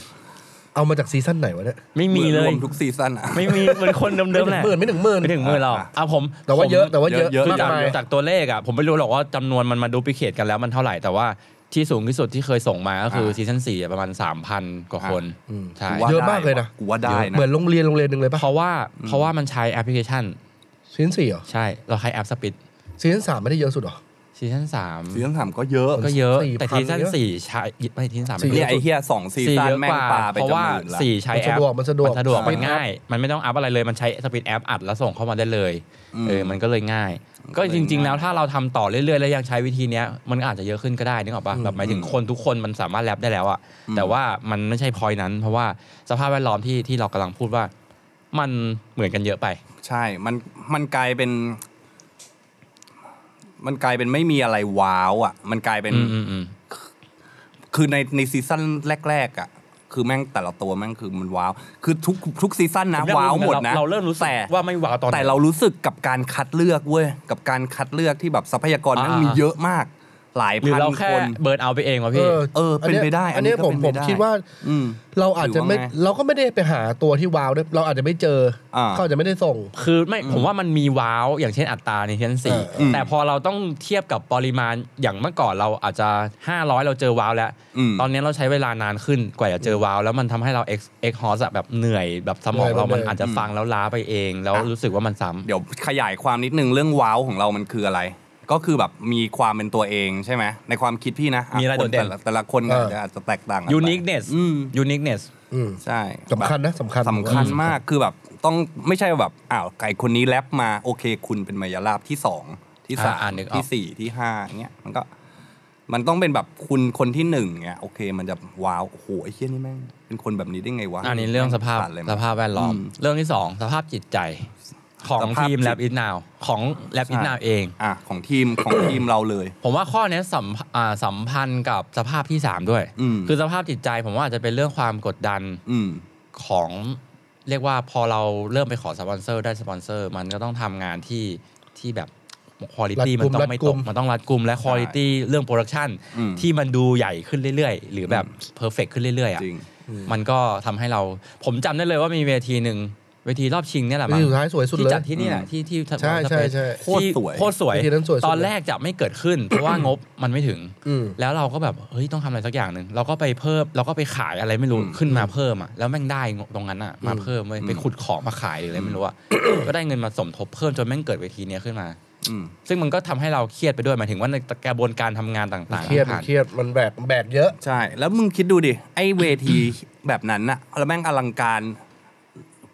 [SPEAKER 5] เอามาจากซีซั่นไหนวะเนี่ย
[SPEAKER 4] ไม่มีเล
[SPEAKER 6] รวย มทุกซีซั่นอะ
[SPEAKER 4] ไม่มีเหมือนคนเดิมๆแหละ
[SPEAKER 5] หมื่นไม่ถึงหมื่น
[SPEAKER 4] ไม่ถึงหมื่นหรอก
[SPEAKER 6] อ่ะ
[SPEAKER 4] เอาผม
[SPEAKER 5] แต่ว่า
[SPEAKER 4] ผม
[SPEAKER 5] เยอะแต่ว่าเยอะ
[SPEAKER 6] เยอะ
[SPEAKER 4] คือ
[SPEAKER 5] มาก
[SPEAKER 4] จาก
[SPEAKER 5] มาย
[SPEAKER 4] จากตัวเลขอ่ะผมไม่รู้หรอกว่าจำนวนมันมาดูพิเคตกันแล้วมันเท่าไหร่แต่ว่าที่สูงที่สุดที่เคยส่งมาก็คืออา ซีซั่นสี่ประมาณ 3,000 กว่าคน
[SPEAKER 5] อืม
[SPEAKER 4] ใช่
[SPEAKER 6] ว่
[SPEAKER 5] เยอะมากเลยนะ
[SPEAKER 6] ได้ว่กูว่าได้นะ
[SPEAKER 5] เหมือนโรงเรียนโรงเรียนหนึ่งเลยปะ
[SPEAKER 4] เพราะว่าเพราะว่ามันใช้แอปพลิเคชัน
[SPEAKER 5] ซีซั่นสี่เหรอ
[SPEAKER 4] ใช่เราใช้แอปสปิด
[SPEAKER 5] ซีซั่นสามไม่ได้เยอะสุดเหรอ
[SPEAKER 4] ซีซั่นสาม
[SPEAKER 6] ซีซั่นสามก็เยอะ
[SPEAKER 4] ก็เยอะ
[SPEAKER 5] 4,000
[SPEAKER 4] แต่ซีซั่น
[SPEAKER 5] เยอะ
[SPEAKER 4] สี่ใช้ไม่ซีซั่นสาม
[SPEAKER 5] สี่
[SPEAKER 6] เนี่ยไอ้เฮียสองซีซั่น
[SPEAKER 4] เยอะ
[SPEAKER 6] แม่
[SPEAKER 4] ก
[SPEAKER 6] ง
[SPEAKER 4] ว่า
[SPEAKER 6] ปลาไป
[SPEAKER 4] เพราะ
[SPEAKER 6] จะ
[SPEAKER 4] ว่า
[SPEAKER 6] หมื่นละ
[SPEAKER 4] สี่ใช้
[SPEAKER 5] มัน
[SPEAKER 4] แอ
[SPEAKER 5] สะ
[SPEAKER 4] ป
[SPEAKER 5] ดวกมันสะดวก
[SPEAKER 4] มันสะดวก
[SPEAKER 5] ใช่
[SPEAKER 4] มันง่าย มันไม่ต้องอัพอะไรเลยมันใช้สปิดแอปอัดแล้วส่งเข้ามาได้เลย
[SPEAKER 6] อืม
[SPEAKER 4] เออมันก็เลยง่าย ก็จริง ๆ แล้วถ้าเราทำต่อเรื่อยๆแล้วยังใช้วิธีเนี้ยมันก็อาจจะเยอะขึ้นก็ได้นึกออกปะแบบหมายถึงคนทุกคนมันสามารถแรปได้แล้วอะ
[SPEAKER 6] อืม
[SPEAKER 4] แต่ว่ามันไม่ใช่พอยนั้น เพราะว่าสภาพแวดล้อมที่ที่เรากำลังพูดว่า มันเหมือนกันเยอะไป
[SPEAKER 6] ใช่ มันมันกลายเป็น มันกลายเป็นไม่มีอะไรว้าวอ่ะ มันกลายเป็น
[SPEAKER 4] อืมอืมอืม
[SPEAKER 6] คือในในซีซั่นแรก ๆ อ่ะ คือแม่งแต่ละตัวแม่งคือมันว้าว คือทุกทุกซีซั่นนะว้าวหมดนะ
[SPEAKER 4] เราเริ่มรู้สึก
[SPEAKER 6] แต่
[SPEAKER 4] ว่าไม่ว้าวตอนไหน
[SPEAKER 6] แต่เรารู้สึกกับการคัดเลือกเว้ย กับการคัดเลือกที่แบบทรัพยากรแม่ง
[SPEAKER 4] อ่ามี
[SPEAKER 6] มีเยอะมาก หลาย
[SPEAKER 4] หรือ
[SPEAKER 6] พัน
[SPEAKER 4] เราแค่
[SPEAKER 6] คน
[SPEAKER 4] เบิร์นเอาไปเองวะพี่
[SPEAKER 6] เออเป็นไปได้อั
[SPEAKER 5] อั
[SPEAKER 6] น
[SPEAKER 5] น
[SPEAKER 6] นี้
[SPEAKER 5] เนี้ยผม
[SPEAKER 6] ก็เป็นไป
[SPEAKER 5] ผม
[SPEAKER 6] ได้
[SPEAKER 5] คิดว่า
[SPEAKER 6] อืม
[SPEAKER 5] เราอาจจะไม่
[SPEAKER 6] หรือว่าไง
[SPEAKER 5] เราก็ไม่ได้ไปหาตัวที่วาวด้วยเราอาจจะไม่เจออา เขาอาจจะไม่ได้ส่ง
[SPEAKER 4] คือไม่ผมว่ามันมีว้าว อย่างเช่นอัตราในชั้นสี่
[SPEAKER 5] เออ
[SPEAKER 6] อืม
[SPEAKER 4] แต่พอเราต้องเทียบกับปริมาณอย่างเมื่อก่อนเราอาจจะ 500 เราเจอว้าวแล้ว
[SPEAKER 6] อืม
[SPEAKER 4] ตอนนี้เราใช้เวลานานขึ้นกว่าจะเจอว้าว แล้วมันทำให้เรา ex ex horse อะแบบเหนื่อยแบบสมองเรามันอาจจะฟังแล้วล้าไปเอง แล้วรู้สึกว่ามันซ้ำ
[SPEAKER 6] เดี๋ยวขยายความนิดนึงเรื่องว้าวของเรามันคืออะไร ก็คือแบบมีความเป็นตัวเองใช่ไหมในความคิดพี่นะ
[SPEAKER 4] มีอะไร
[SPEAKER 6] ค
[SPEAKER 4] โดดเด่น
[SPEAKER 6] แต่ลแต่ละคน
[SPEAKER 5] เออ
[SPEAKER 6] อาจจะอาจจะแตกต่างกันไป
[SPEAKER 4] uniqueness
[SPEAKER 6] อืม
[SPEAKER 4] uniqueness
[SPEAKER 5] อืม
[SPEAKER 6] ใช่
[SPEAKER 5] สำคัญนะสำคัญ
[SPEAKER 6] สำคัญมากคือแบบต้องไม่ใช่แบบอ้าวไก่คนนี้แรปมาโอเค คุณเป็นมายาลาบที่สองที่สา
[SPEAKER 4] อ่าอ่าม นึกออก
[SPEAKER 6] ที่สี่ที่ห้าอย่างเงี้ยมันก็มันต้องเป็นแบบคุณคนที่หนึ่งเงี้ยโอเค มันจะว้าวโอ้โหไอ้เชี่ยนี่แม่งเป็นคนแบบนี้ได้ไงวะ
[SPEAKER 4] อันนี้เรื่องสภาพ
[SPEAKER 6] ผ่นเลยมั้
[SPEAKER 4] ส
[SPEAKER 6] ย
[SPEAKER 4] ภาพแวดล้อม
[SPEAKER 6] อืม
[SPEAKER 4] เรื่องที่สองสภาพจิตใจของ
[SPEAKER 6] สภาพ
[SPEAKER 4] ทีม
[SPEAKER 6] จิต
[SPEAKER 4] แลบอินนาวของแลบอินนาวเอง
[SPEAKER 6] อ่ะของทีมของทีมเราเลย
[SPEAKER 4] ผมว่าข้อเนี้ยสัมพอ่าสัมพันธ์กับสภาพที่ 3 ด้วย
[SPEAKER 6] อืม
[SPEAKER 4] คือสภาพจิตใจผมว่าอาจจะเป็นเรื่องความกดดัน
[SPEAKER 6] อืม
[SPEAKER 4] ของเรียกว่าพอเราเริ่มไปขอสปอนเซอร์ได้สปอนเซอร์ มันก็ต้องทำงานที่ที่แบบคุณภาพมันต้องไม่ตก มันต้องรัดกุมและคุณภาพเรื่องโปรดักชัน
[SPEAKER 6] อืม
[SPEAKER 4] ที่มันดูใหญ่ขึ้นเรื่อยๆ หรือแบบเพอร์เฟกขึ้นเรื่อยๆอ่ะ
[SPEAKER 6] จริง
[SPEAKER 4] มันก็ทำให้เราผมจำได้เลยว่ามีเวทีหนึ่งเวทีรอบชิงเนี่ยแหละ
[SPEAKER 5] วิ
[SPEAKER 4] มั้
[SPEAKER 5] ธี
[SPEAKER 4] ง
[SPEAKER 5] สุดท้ายสวยสุด
[SPEAKER 4] ที่
[SPEAKER 5] เลย
[SPEAKER 4] จัดที่นี่แหละที่ที่
[SPEAKER 5] ใช่ใช่ใช่
[SPEAKER 6] โคตรสวย
[SPEAKER 4] โคตรสวย
[SPEAKER 5] วิธีนั้นสวยสุดเลย
[SPEAKER 4] ตอนแรกจะไม่เกิดขึ้น เพราะว่างบมันไม่ถึง
[SPEAKER 5] อืม
[SPEAKER 4] แล้วเราก็แบบเฮ้ยต้องทำอะไรสักอย่างหนึ่งเราก็ไปเพิ่มเราก็ไปขายอะไรไม่รู้
[SPEAKER 6] อืม
[SPEAKER 4] ขึ้นมาเพิ่มอ่ะแล้วแม่งได้งบตรงนั้นอ่ะมา
[SPEAKER 5] อืม
[SPEAKER 4] เพิ่มเว้ย
[SPEAKER 6] อืม
[SPEAKER 4] ไปขุดของมาขายหรืออะไรไม่รู้อ่ะก็ได้เงินมาสมทบเพิ่มจนแม่งเกิดเวทีเนี้ยขึ้นมา
[SPEAKER 6] อืม
[SPEAKER 4] ซึ่งมันก็ทำให้เราเครียดไปด้วยหมายถึงว่าในกระบวนการทำงานต่างๆ
[SPEAKER 5] เครียด
[SPEAKER 4] ที่
[SPEAKER 5] มัน
[SPEAKER 4] ผ่าน
[SPEAKER 5] เครียดมันแบกแบกเยอะ
[SPEAKER 6] ใช่ แล้วมึงคิดดูดิ ไอ้เวที แบบนั้นน่ะ แล้วแม่งอลังการ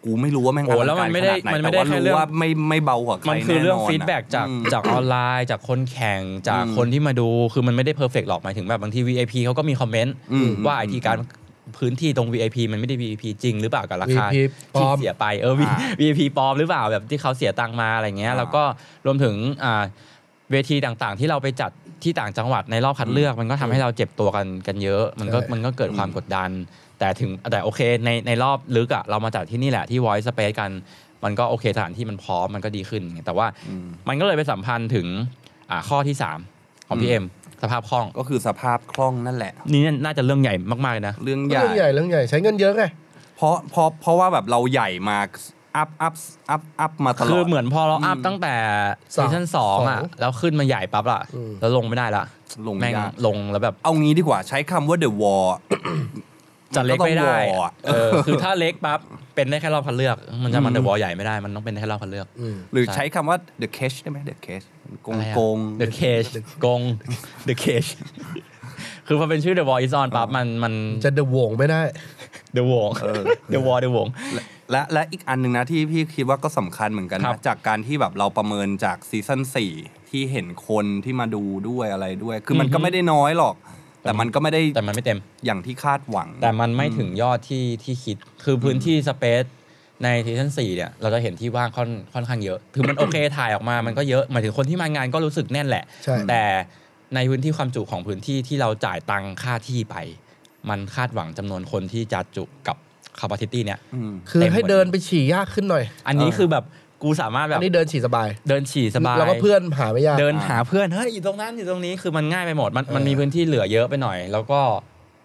[SPEAKER 6] กูไม่รู้ว่าแม่งอ
[SPEAKER 4] โอ้
[SPEAKER 6] ลัง
[SPEAKER 4] แล้ว
[SPEAKER 6] กา
[SPEAKER 4] มัน
[SPEAKER 6] รข
[SPEAKER 4] ไม่ได้
[SPEAKER 6] นาดไหน
[SPEAKER 4] มัน
[SPEAKER 6] แต่
[SPEAKER 4] ไม่ได้
[SPEAKER 6] ว่า
[SPEAKER 4] แค่
[SPEAKER 6] รู้
[SPEAKER 4] เรื่อง
[SPEAKER 6] ว่าไม่ไม่เบากว่าใคร
[SPEAKER 4] มันคือเรื่อง
[SPEAKER 6] แน่นน
[SPEAKER 4] ฟีดแบ็กจาก
[SPEAKER 6] อืม
[SPEAKER 4] จากออนไลน์จากคนแข่งจาก
[SPEAKER 6] อืม
[SPEAKER 4] คนที่มาดูคือมันไม่ได้เพอร์เฟกหรอกหมายถึงแบบบางที VIP เขาก็มีคอมเมนต์
[SPEAKER 6] อืม
[SPEAKER 4] ว่าไอทีการพื้นที่ตรง VIP มันไม่ได้ VIP จริงหรือเปล่ากับราคา
[SPEAKER 5] VIP ปล
[SPEAKER 4] ที่
[SPEAKER 5] อม
[SPEAKER 4] เสียไปเออ V-
[SPEAKER 6] อ่า
[SPEAKER 4] VIP ปลอมหรือเปล่าแบบที่เขาเสียตังค์มาอะไรเงี้ย
[SPEAKER 6] อ่า
[SPEAKER 4] แล้วก็รวมถึงอ่าเวทีต่างๆ ที่เราไปจัดที่ต่างจังหวัดในรอบคัดเลือก มันก็ทำให้เราเจ็บตัวกันกันเยอะ มันก็
[SPEAKER 5] ใช่
[SPEAKER 4] มันก็เกิดความกดดัน แต่ถึงแต่โอเคในในรอบลึกอะเรามาจัดที่นี่แหละที่ Voice Space กัน มันก็โอเคสถานที่มันพร้อมมันก็ดีขึ้น แต่ว่า
[SPEAKER 6] อืม
[SPEAKER 4] มันก็เลยไปสัมพันธ์ถึงอ่าข้อที่ 3 ของพี่เอ็มสภาพคล่อง
[SPEAKER 6] ก็คือสภาพคล่องนั่นแหละ
[SPEAKER 4] นี่น่าจะเรื่องใหญ่มากๆเลยนะ
[SPEAKER 6] เรื่องให
[SPEAKER 5] เรื่องให
[SPEAKER 6] ญ่
[SPEAKER 5] ญ่เรื่องใหญ่ใช้เงินเยอะไง
[SPEAKER 6] เพราะเพราะเพราะว่าแบบเราใหญ่มาอัพอัพอัพอัพมาตลอด
[SPEAKER 4] คือเหมือนพอเราอัพ
[SPEAKER 6] อืม
[SPEAKER 4] ตั้งแต่
[SPEAKER 5] สา
[SPEAKER 4] ซี
[SPEAKER 5] ม
[SPEAKER 4] ซั่นสองอ่ะ
[SPEAKER 5] สอง
[SPEAKER 4] แล้วขึ้นมาใหญ่ปั๊บอ่ะ
[SPEAKER 5] อืม
[SPEAKER 4] แล้วลงไม่ได้ละ
[SPEAKER 6] ลงไม่
[SPEAKER 4] แม่ง
[SPEAKER 6] ได้
[SPEAKER 4] ลงแล้วแบบ
[SPEAKER 6] เอางี้ดีกว่าใช้คำว่า the wall
[SPEAKER 4] จะเล็กไม่ได้
[SPEAKER 6] มันก็ต้องวออะ
[SPEAKER 4] เออคือถ้าเล็กปั๊บเป็นได้แค่รอบคัดเลือก มันจะมันเดอะวอลใหญ่ไม่ได้มันต้องเป็นได้แค่รอบคัดเลือก
[SPEAKER 5] อืม
[SPEAKER 6] หรือใช้คำว่า the cage ได้ไหม the cage โกงโกง
[SPEAKER 4] The Cage โกง The Cage คือพอเป็นชื่อ The War is on ปั๊บมันมัน
[SPEAKER 5] จะเดอะวงไม่ได้
[SPEAKER 4] The War
[SPEAKER 6] เออ
[SPEAKER 4] The War The War
[SPEAKER 6] และและและอีกอันหนึ่งนะที่พี่คิดว่าก็สำคัญเหมือนกัน
[SPEAKER 4] ครั
[SPEAKER 6] นะ
[SPEAKER 4] บ
[SPEAKER 6] จากการที่แบบเราประเมินจากซีซั่น4ที่เห็นคนที่มาดูด้วยอะไรด้วย คือมันก็ไม่ได้น้อยหรอก แต่มันก็ไม่ได้
[SPEAKER 4] แต่มันไม่เต็ม
[SPEAKER 6] อย่างที่คาดหวัง
[SPEAKER 4] แต่มันไม่ถึงยอดที่ที่คิด คือพื้นที่สเปซในซีซั่น4เนี่ย เราจะเห็นที่ว่างค่อนค่อนข้างเยอะ ถึงมันโอเคถ่ายออกมามันก็เยอะ หมายถึงคนที่มางานก็รู้สึกแน่นแหละ
[SPEAKER 5] ใช่
[SPEAKER 4] แต่ในพื้นที่ความจุของพื้นที่ที่เราจ่ายตังค่าที่ไป มันคาดหวังจำนวนคนที่จะจุกับ capacity เนี่ย
[SPEAKER 6] อืม
[SPEAKER 5] คือ
[SPEAKER 4] เต็มหมด
[SPEAKER 5] ให้เดินไปฉี่ยากขึ้นหน่อย
[SPEAKER 4] อันนี้
[SPEAKER 6] เออ
[SPEAKER 4] คือแบบกูสามารถแบ
[SPEAKER 5] อั
[SPEAKER 4] บ
[SPEAKER 5] นนี้เดินฉี่สบาย
[SPEAKER 4] เดินฉี่สบาย
[SPEAKER 5] แล้วก็เพื่อนหาไม่ยาก
[SPEAKER 4] เดินหาเพื่อน เฮ้ยอยู่ตรงนั้นอยู่ตรงนี้คือมันง่ายไปหมด มันมัน
[SPEAKER 5] เออ
[SPEAKER 4] มีพื้นที่เหลือเยอะไปหน่อย แล้วก็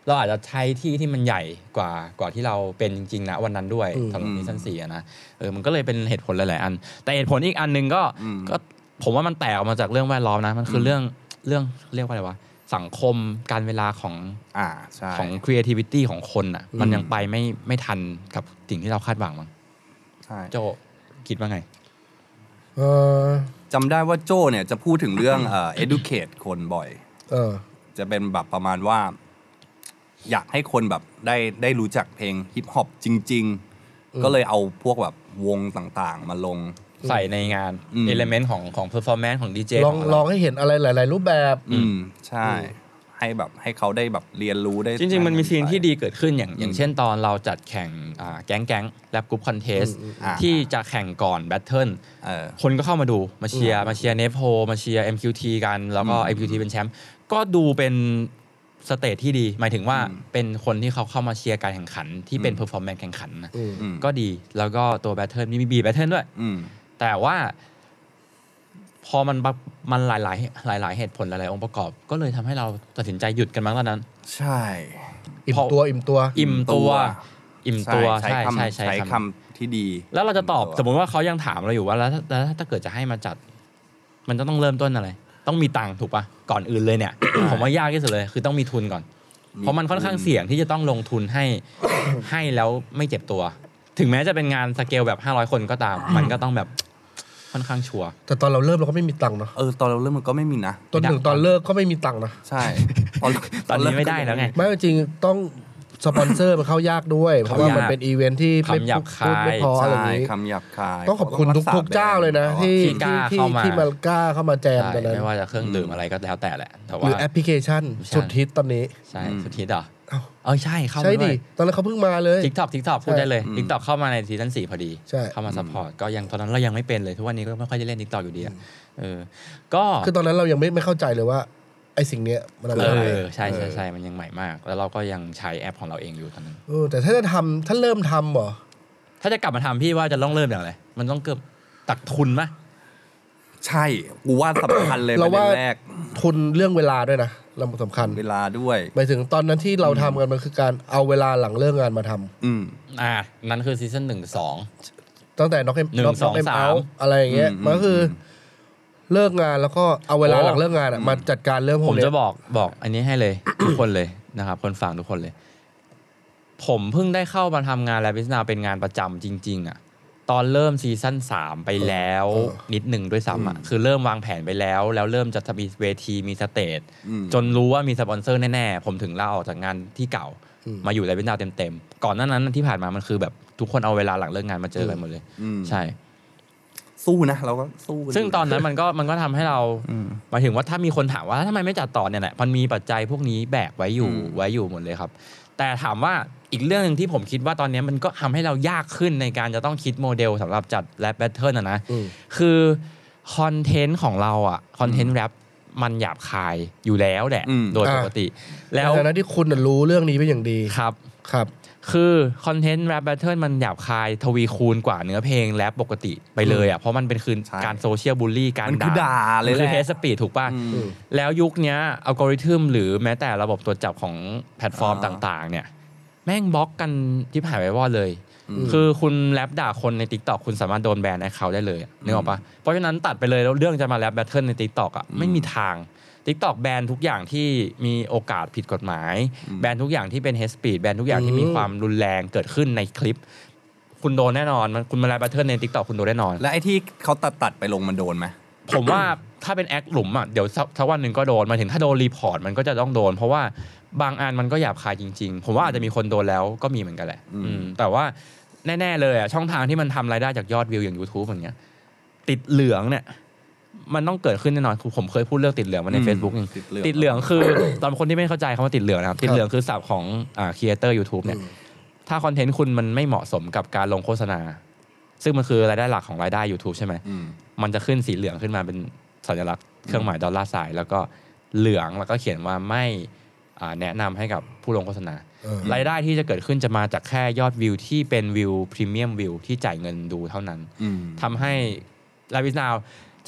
[SPEAKER 4] เราอาจจะใช้ที่ที่มันใหญ่กว่ากว่าที่เราเป็นจริงๆนะวันนั้นด้วยสำหรับ
[SPEAKER 6] อืม
[SPEAKER 4] ซีซั่นสี่อะนะเออมันก็เลยเป็นเหตุผลหลายๆอัน แต่เหตุผลอีกอันหนึ่งก็
[SPEAKER 6] อืม
[SPEAKER 4] ก็ผมว่ามันแตกออกมาจากเรื่องแวดล้อมนะมันคือเรื่องเรื่องเรียกว่าอะไรวะสังคมการเวลาของ
[SPEAKER 6] อ่าใช่
[SPEAKER 4] ของ creativity ของคนอ่ะ มันยังไปไม่ไม่ทันกับสิ่งที่เราคาดหวังมั้ง
[SPEAKER 6] ใช่
[SPEAKER 4] โจคิดว่าไง
[SPEAKER 5] เออ
[SPEAKER 6] จำได้ว่าโจเนี่ยจะพูดถึงเรื่อง เอ่อ educate คนบ่อย
[SPEAKER 5] เออ
[SPEAKER 6] จะเป็นแบบประมาณว่า อยากให้คนแบบได้ได้รู้จักเพลงฮิปฮอปจริง ๆ ก็เลยเอาพวกแบบวงต่างๆ มาลง
[SPEAKER 4] ใส่ในงาน
[SPEAKER 6] อืม
[SPEAKER 4] เอลเมนต์ของของ performance ของดีเจ
[SPEAKER 5] ลองลองให้เห็นอะไรหลาย ๆ รูปแบบ
[SPEAKER 6] อืมใช่ ให้แบบให้เขาได้แบบเรียนรู้ได้
[SPEAKER 4] จริง ๆ มันมีซีนที่
[SPEAKER 6] ไป
[SPEAKER 4] ดีเกิดขึ้นอย่างอย่าง
[SPEAKER 6] อืม
[SPEAKER 4] เช่นตอนเราจัดแข่งอ่าแก๊งแก๊งแรปกรุ๊ปคอนเทส
[SPEAKER 6] อ่า
[SPEAKER 4] ที่จะแข่งก่อนแบทเทิล
[SPEAKER 6] เออ
[SPEAKER 4] คนก็เข้ามาดูมาเชียร์มาเชียร์เนฟโฮมาเชียร์ MQT กันแล้วก็
[SPEAKER 6] อืม
[SPEAKER 4] MQT เป็นแชมป์ก็ดูเป็นสเตจที่ดี หมายถึงว่าเป็นคนที่เขาเข้ามาเชียร์การแข่งขันที่เป็นเพอร์ฟอร์แมนซ์แข่งขันนะ
[SPEAKER 5] อืม
[SPEAKER 6] อืม
[SPEAKER 4] ก็ดีแล้วก็ตัวแบทเทิลมีบีแบทเทิลด้วย
[SPEAKER 6] อืม
[SPEAKER 4] แต่ว่าพอมันแบบมันหลายหลายๆ หลาย ๆ เหตุผลหลาย ๆ องค์ประกอบ ก็เลยทำให้เราตัดสินใจหยุดกันมั้งตอนนั้น
[SPEAKER 6] ใช่
[SPEAKER 5] อิ่
[SPEAKER 4] พ
[SPEAKER 5] ม
[SPEAKER 4] อ
[SPEAKER 5] ตัวอิ่มตัว
[SPEAKER 4] อิ่มตัว อิ่มตัว
[SPEAKER 6] ใช้
[SPEAKER 4] ใช่
[SPEAKER 6] คำ
[SPEAKER 4] ใช่
[SPEAKER 6] ใช้
[SPEAKER 4] ใช่
[SPEAKER 6] คำที่ดี
[SPEAKER 4] แล้วเราจะตอบ
[SPEAKER 6] ว
[SPEAKER 4] สมมติว่าเขายังถามเราอยู่ว่าแล้วถ้าแล้วถ้าเกิดจะให้มาจัด มันจะต้องเริ่มต้นอะไร ต้องมีตังค์ถูกปะก่อนอื่นเลยเนี่ย ผมว่ายากที่สุดเลย คือต้องมีทุนก่อน เพราะมันค่อนข้างเสี่ยงที่จะต้องลงทุนให้ ให้แล้วไม่เจ็บตัว ถึงแม้จะเป็นงานสเกลแบบ 500 คนก็ตาม มันก็ต้องแบบ ค่อนข้างชัวร์
[SPEAKER 5] แต่ตอนเราเริ่มเราก็ไม่มีตังค์เนาะ
[SPEAKER 6] เออตอนเราเริ่มมันก็ไม่มีนะ
[SPEAKER 5] ตอนหนึ่งตอนเลิกก็ไม่มีตังค์นะ
[SPEAKER 6] ใช่ ตอน
[SPEAKER 4] ตอน
[SPEAKER 6] เริ่
[SPEAKER 4] นี้ไม่ได้แล้วไง
[SPEAKER 5] ไม่จริงๆต้องสปอนเซอร์มันเข้ายากด้วย เพราะว่ามันเป็นอีเวนท์ที่ไม่
[SPEAKER 4] คำหยาบคาย
[SPEAKER 5] พูดไม่พอ
[SPEAKER 6] ใช่
[SPEAKER 5] อะไรอย่างนี้
[SPEAKER 6] คำหยาบคาย
[SPEAKER 5] ต้องขอบคุณทุก
[SPEAKER 6] รัษ
[SPEAKER 5] ทุกเจ้าเลยนะ ที่
[SPEAKER 4] ที่ก
[SPEAKER 5] ที่
[SPEAKER 4] ล้า
[SPEAKER 5] ที่
[SPEAKER 4] เข้ามา
[SPEAKER 5] ที่มันกล้าเข้ามาแจม
[SPEAKER 4] ใช่
[SPEAKER 5] ตอนนั้น
[SPEAKER 4] ไม่ว่าจะเครื่องดื่มอะไรก็แล้วแต่แหละ แต่
[SPEAKER 5] ห
[SPEAKER 4] ว่า
[SPEAKER 5] รือแอปพลิเคชัน
[SPEAKER 4] ใช่
[SPEAKER 5] สุดฮิตตอนนี้
[SPEAKER 4] ใช่สุดทิศเหรอ
[SPEAKER 5] เอ้า
[SPEAKER 4] เออใช่เข้ามา
[SPEAKER 5] ใช่
[SPEAKER 4] ด้
[SPEAKER 5] ดิ
[SPEAKER 4] วย
[SPEAKER 5] ตอนนั้นเขาเพิ่งมาเลย
[SPEAKER 4] ทิกตอกทิกตอกพูดได้เลย
[SPEAKER 6] อืม
[SPEAKER 4] ทิกตอกเข้ามาในซีซั่นสี่พอดี
[SPEAKER 5] ใช่
[SPEAKER 4] เข้ามาซัพพอร์ตก็ยังตอนนั้นเรายังไม่เป็นเลยทุกวันนี้ก็ไม่ค่อยจะเล่นทิกตอกอยู่ดีอะเออ ก็
[SPEAKER 5] คือตอนนั้นเรายังไม่ไม่เข้าใจเลยว่า ไอ้สิ่งเนี้ยมันอะไร
[SPEAKER 4] เออใช่ใช่ใช่มันยังใหม่มาก แล้วเราก็ยังใช้แอปของเราเองอยู่ตอนนั้น
[SPEAKER 5] เออแต่ถ้าจะทำถ้าเริ่มทำเหรอ
[SPEAKER 4] ถ้าจะกลับมาทำพี่ว่าจะต้องเริ่มอย่างไร มันต้องเกิดตักทุนไหม
[SPEAKER 6] ใช่กูว่าสำคัญเลยป
[SPEAKER 5] เรา
[SPEAKER 6] ระเด็
[SPEAKER 5] ว่าน
[SPEAKER 6] แรก
[SPEAKER 5] ทุนเรื่องเวลาด้วยนะเราสำคัญ
[SPEAKER 6] เวลาด้วย
[SPEAKER 5] หมายถึงตอนนั้นที่เราทำกันมันคือการเอาเวลาหลังเลิกงานมาทำ
[SPEAKER 6] อืม
[SPEAKER 4] อ่า นั่นคือซีซั่นหนึ่งสอง
[SPEAKER 5] ตั้งแต่น็อกเอ็ม
[SPEAKER 4] หนึ่ง
[SPEAKER 5] น็อก
[SPEAKER 4] สอง
[SPEAKER 5] เอ็ม
[SPEAKER 4] สาม
[SPEAKER 5] เอาอะไรอย่างเงี้ย
[SPEAKER 6] อืม
[SPEAKER 5] มันก็คือเลิกงานแล้วก็เอาเวลาหลังเลิกงานอะมาจัดการเรื่องพว
[SPEAKER 4] ผ
[SPEAKER 5] ก
[SPEAKER 4] ม
[SPEAKER 5] เนี้
[SPEAKER 4] จะ
[SPEAKER 5] ย
[SPEAKER 4] บอกบอกอันนี้ให้เลย ทุกคนเลยนะครับ คนฟังทุกคนเลย ผมเพิ่งได้เข้ามาทำงานแลบิสนาเป็นงานประจำจริง ๆ อ่ะ ตอนเริ่มซีซั่นสามไปแล้วนิดหนึ่งด้วยซ้ำอ่ะ คือเริ่มวางแผนไปแล้ว แล้วเริ่มจะมีเวทีมีสเตจ
[SPEAKER 6] อืม
[SPEAKER 4] จนรู้ว่ามีสปอนเซอร์แน่ ๆ ผมถึงลาออกจากงานที่เก่า มาอยู่แลบิสนาเต็มๆ ก่อนหน้านั้นที่ผ่านมามันคือแบบทุกคนเอาเวลาหลังเลิกงานมาเจอกันหมดเลย
[SPEAKER 6] อืม
[SPEAKER 4] ใช่
[SPEAKER 6] สู้นะเราก็สู้กัยู่
[SPEAKER 4] ซึ่งตอนนั้นมันก็มันก็ทำให้เราหมายถึงว่าถ้ามีคนถามว่าทำไมไม่จัดต่อเนี่ยแหละมันมีปัจจัยพวกนี้แบกไว้อยู่
[SPEAKER 6] อืม
[SPEAKER 4] ไว้อยู่หมดเลยครับ แต่ถามว่าอีกเรื่องหนึ่งที่ผมคิดว่าตอนนี้มันก็ทำให้เรายากขึ้นในการจะต้องคิดโมเดลสำหรับจัดแรปแบทเทิลนะนะ
[SPEAKER 5] อืม
[SPEAKER 4] คือคอนเทนต์ของเราอะคอนเทนต์แรปมันหยาบคายอยู่แล้วแหละ
[SPEAKER 6] อืม
[SPEAKER 4] โดยปกติ แล้ว
[SPEAKER 5] ในฐานะที่คุณน่ะรู้เรื่องนี้เป็นอย่างดี
[SPEAKER 4] ครับ
[SPEAKER 5] ครับ
[SPEAKER 4] คือคอนเทนต์แรปแบทเทิลมันหยาบคายทวีคูณกว่าเนื้อเพลงแรปปกติไปเลยอ่ะเพราะมันเป็นคืน
[SPEAKER 6] ใช่
[SPEAKER 4] การโซเชียลบูลลี่การ
[SPEAKER 6] มันคือด่าเลย
[SPEAKER 4] มันคือ
[SPEAKER 6] แหละ
[SPEAKER 4] เทสปีดถูกป่ะ
[SPEAKER 6] อืม
[SPEAKER 4] แล้วยุคเนี้ยอัลกอริทึมหรือแม้แต่ระบบตรวจจับของแพลตฟอร์ม
[SPEAKER 6] อ่า
[SPEAKER 4] ต่างๆ เนี่ย แม่งบล็อกกันที่ผ่านไปวอดเลย
[SPEAKER 5] อืม
[SPEAKER 4] คือคุณแรปด่าคนใน t ิ k t o k คุณสามารถโดนแบนในเขาได้เลยอะนึกออกปะเพราะฉะนั้นตัดไปเลยแล้วเรื่องจะมาแรปแบทเทิลใน t ิ k t o k อ่ะไม่มีทาง ทิกตอกแบนทุกอย่างที่มีโอกาสผิดกฎหมาย แบนทุกอย่างที่เป็นเฮสปีดแบนทุกอย่างที่มี
[SPEAKER 5] อืม
[SPEAKER 4] ความรุนแรงเกิดขึ้นในคลิป คุณโดนแน่นอนมันคุณมาลายบัตเทิลในทิกตอกคุณโดนแน่นอน
[SPEAKER 6] แล้วไอ้ที่เขาตัดตัดๆไปลงมันโดนไหม
[SPEAKER 4] ผมว่าถ้าเป็นแอคหลุมอ่ะเดี๋ยวสักสักวันหนึ่งก็โดนหมายถึงถ้าโดนรีพอร์ตมันก็จะต้องโดน เพราะว่าบางอันมันก็หยาบคายจริง ๆ ผมว่าอาจจะมีคนโดนแล้วก็มีเหมือนกันแหละ
[SPEAKER 6] อืม
[SPEAKER 4] อืมแต่ว่าแน่ ๆ เลยอ่ะช่องทางที่มันทำรายได้จากยอดวิวอย่าง YouTube อย่างเงี้ยติดเหลืองเนี่ย มันต้องเกิดขึ้นแน่นอนคือผมเคยพูดเรื่องติดเหลืองมาใน Facebook เอง
[SPEAKER 6] ติดเหลือง
[SPEAKER 4] ติดเหลืองคือ ตอนคนที่ไม่เข้าใจคำว่าติดเหลืองนะครับติดเหลืองคือศัพท์ของอ่าครีเอเตอร์ยูทูบเนี่ยถ้าคอนเทนต์คุณมันไม่เหมาะสมกับการลงโฆษณา ซึ่งมันคือรายได้หลักของรายได้ YouTube ใช่ไหม
[SPEAKER 6] อืม
[SPEAKER 4] มันจะขึ้นสีเหลืองขึ้นมาเป็นสัญลักษณ์เครื่องหมายดอลลาร์สาย แล้วก็เหลืองแล้วก็เขียนว่าไม่อ่าแนะนำให้กับผู้ลงโฆษณา
[SPEAKER 5] เออ
[SPEAKER 4] รายได้ที่จะเกิดขึ้นจะมาจากแค่ยอดวิวที่เป็นวิวพรีเมียมวิวที่จ่ายเงินดูเท่านั้น
[SPEAKER 6] อืม
[SPEAKER 4] ทำให้ลาวิสนาว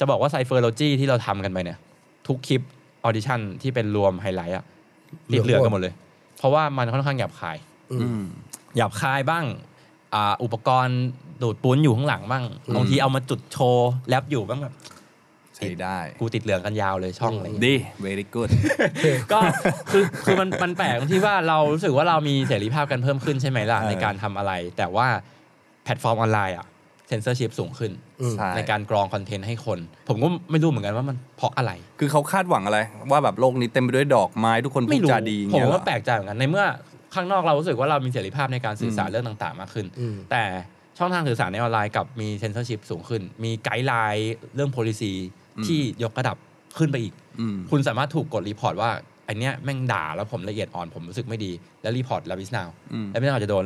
[SPEAKER 4] จะบอกว่าไซเฟอร์โลจีที่เราทำกันไปเนี่ย ทุกคลิปออดิชั่นที่เป็นรวมไฮไลท์อะติดเหลืองกันหมดเลย เพราะว่ามันค่อนข้างหยาบคาย
[SPEAKER 6] อืม
[SPEAKER 4] หยาบคายบ้างอ่าอุปกรณ์ดูดปุ้นอยู่ข้างหลังบ้างบางทีเอามาจุดโชว์แลบอยู่บ้างแบบ
[SPEAKER 6] ใช้ได้
[SPEAKER 4] กูติดเหลืองกันยาวเลยช่องเลย
[SPEAKER 6] ดี very good
[SPEAKER 4] ก็ คือคือมันมันแปลกตรงที่ว่าเรารู้สึกว่าเรามีเสรีภาพกันเพิ่มขึ้นใช่ไหมล่ะ
[SPEAKER 6] เออ
[SPEAKER 4] ในการทำอะไร แต่ว่าแพลตฟอร์มออนไลน์อ่ะเซนเซอร์ชิพสูงขึ้น
[SPEAKER 6] ใช่
[SPEAKER 4] ในการกรองคอนเทนต์ให้คน ผมก็ไม่รู้เหมือนกันว่ามันเพราะอะไร
[SPEAKER 6] คือเขาคาดหวังอะไร ว่าแบบโลกนี้เต็มไปด้วยดอกไม้ทุกคนพู
[SPEAKER 4] ไม่
[SPEAKER 6] ด
[SPEAKER 4] รู้
[SPEAKER 6] จาดีอย่าง
[SPEAKER 4] ผม
[SPEAKER 6] เงี้ยเหร
[SPEAKER 4] ก็
[SPEAKER 6] อ
[SPEAKER 4] แปลกใจเหมือนกันในเมื่อข้างนอกเรารู้สึกว่าเรามีเสรีภาพในการสื่อสารเรื่องต่าง ๆ มากขึ้น
[SPEAKER 5] อืม
[SPEAKER 4] แต่ช่องทางสื่อสารในออนไลน์กลับมีเซนเซอร์ชิพสูงขึ้น มีไกด์ไลน์เรื่อง policy
[SPEAKER 6] อืม
[SPEAKER 4] ที่ยกระดับขึ้นไปอีก
[SPEAKER 6] อืม
[SPEAKER 4] คุณสามารถถูกกดรีพอร์ตว่าอันเนี้ยแม่งด่าแล้วผมละเอียดอ่อนผมรู้สึกไม่ดี แล้วรีพอร์ตลาวิสนาว
[SPEAKER 6] อืม
[SPEAKER 4] ลาวิสนาวจะโดน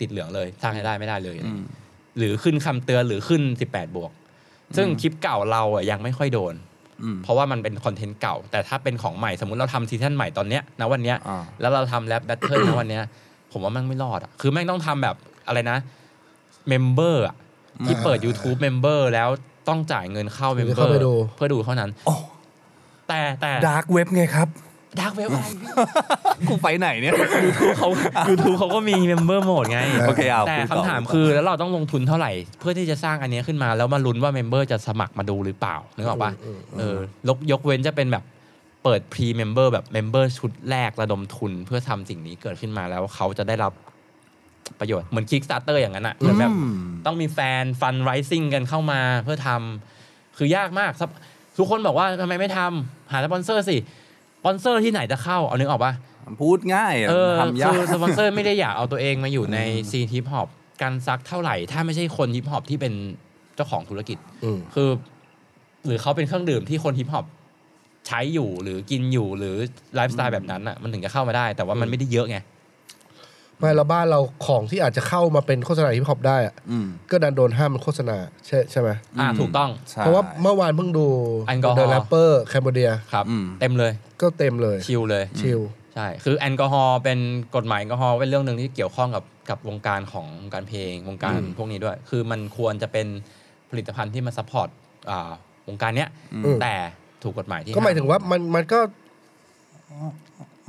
[SPEAKER 4] ติดเหลืองเลยสร้างให้ได้ไม่ได้เลยอะไร
[SPEAKER 6] อืม
[SPEAKER 4] เงี้ยหรือขึ้นคำเตือนหรือขึ้น 18 บวก ซึ่งคลิปเก่าเราอ่ะยังไม่ค่อยโดน
[SPEAKER 6] อืม
[SPEAKER 4] เพราะว่ามันเป็นคอนเทนต์เก่า แต่ถ้าเป็นของใหม่สมมติเราทำซีซั่นใหม่ตอนเนี้ยนะวันเนี้ย
[SPEAKER 6] อ่า
[SPEAKER 4] แล้วเราทำแรปแบทเทิลนะวันเนี้ยผมว่าแม่งไม่รอดอ่ะคือแม่งต้องทำแบบอะไรนะเมมเบอร์อ่ะที่เปิด YouTube Member แล้วต้องจ่ายเงินเข้าเมมเบอ
[SPEAKER 5] เข้า
[SPEAKER 4] ร์
[SPEAKER 5] ไปดู
[SPEAKER 4] เพื่อดูเท่านั้น
[SPEAKER 6] โอ้
[SPEAKER 4] แต่แต่
[SPEAKER 6] ดาร์กเว็บไงครับ
[SPEAKER 4] ดาร์กเว็บอะไร
[SPEAKER 6] กูไปไหนเนี่ย
[SPEAKER 4] เขา YouTube เขาก็มีเมมเบอร์โหมดไง
[SPEAKER 6] โอเคเอา
[SPEAKER 4] แต่
[SPEAKER 6] พูดต่อ
[SPEAKER 4] คำถามคือแล้วเราต้องลงทุนเท่าไหร่ เพื่อที่จะสร้างอันเนี้ยขึ้นมาแล้วมาลุ้นว่าเมมเบอร์จะสมัครมาดูหรือเปล่านึกออกปะเออยกยกเว้นจะเป็นแบบเปิดพรีเมมเบอร์แบบเมมเบอร์ชุดแรกระดมทุนเพื่อทำสิ่งนี้เกิดขึ้นมาแล้วเขาจะได้รับประโยชน์ เหมือน Kickstarter อย่างนั้นอะเหมือนแบบ
[SPEAKER 6] อืม
[SPEAKER 4] ต้องมีแฟนฟันไรซิ่งกันเข้ามาเพื่อทำคือยากมากซับทุกคนบอกว่าทำไมไม่ทำหาสปอนเซอร์สิสปอนเซอร์ที่ไหนจะเข้าเอานึกออกปะ
[SPEAKER 6] พูดง่ายอะ
[SPEAKER 4] เออ
[SPEAKER 6] ทำยาก
[SPEAKER 4] คือสปอนเซอร์ไม่ได้อยากเอาตัวเองมาอยู่ในซีนฮิปฮอปกันซักเท่าไหร่ ถ้าไม่ใช่คนฮิปฮอปที่เป็นเจ้าของธุรกิจ
[SPEAKER 5] อืม
[SPEAKER 4] คือ หรือเขาเป็นเครื่องดื่มที่คนฮิปฮอปใช้อยู่หรือกินอยู่หรือไลฟ์สไตล์แบบนั้นอ่ะมันถึงจะเข้ามาได้ แต่ว่ามันไม่ได้เยอะไง
[SPEAKER 5] ไม่แล้วบ้านเราของที่อาจจะเข้ามาเป็นโฆษณาฮิปฮอปได้อะ
[SPEAKER 6] อืม
[SPEAKER 5] ก็ดันโดนห้ามมันโฆษณาใช่ใช่ไหม
[SPEAKER 4] อ่า
[SPEAKER 6] อืม
[SPEAKER 4] ถูกต้อง
[SPEAKER 6] ใช่
[SPEAKER 5] เพราะว่าเมื่อวานเพิ่งดู
[SPEAKER 4] แอลกอฮอล์
[SPEAKER 5] เดอะแรปเปอร์แคมเบเดีย
[SPEAKER 4] ครับ
[SPEAKER 6] อืม
[SPEAKER 4] เต็มเลย
[SPEAKER 5] ก็เต็มเลย
[SPEAKER 4] ชิลเลย
[SPEAKER 5] ชิล
[SPEAKER 4] ใช่ คือแอลกอฮอล์เป็นกฎหมายแอลกอฮอล์เป็นเรื่องหนึ่งที่เกี่ยวข้องกับกับวงการของวงการเพลงวงการ
[SPEAKER 5] อืม
[SPEAKER 4] พวกนี้ด้วย คือมันควรจะเป็นผลิตภัณฑ์ที่มาซัพพอร์ตอ่าวงการเนี้ย
[SPEAKER 5] อืม
[SPEAKER 4] แต่ถูกกฎหมายที่
[SPEAKER 5] ก็หมายถึงว่ามันมันก็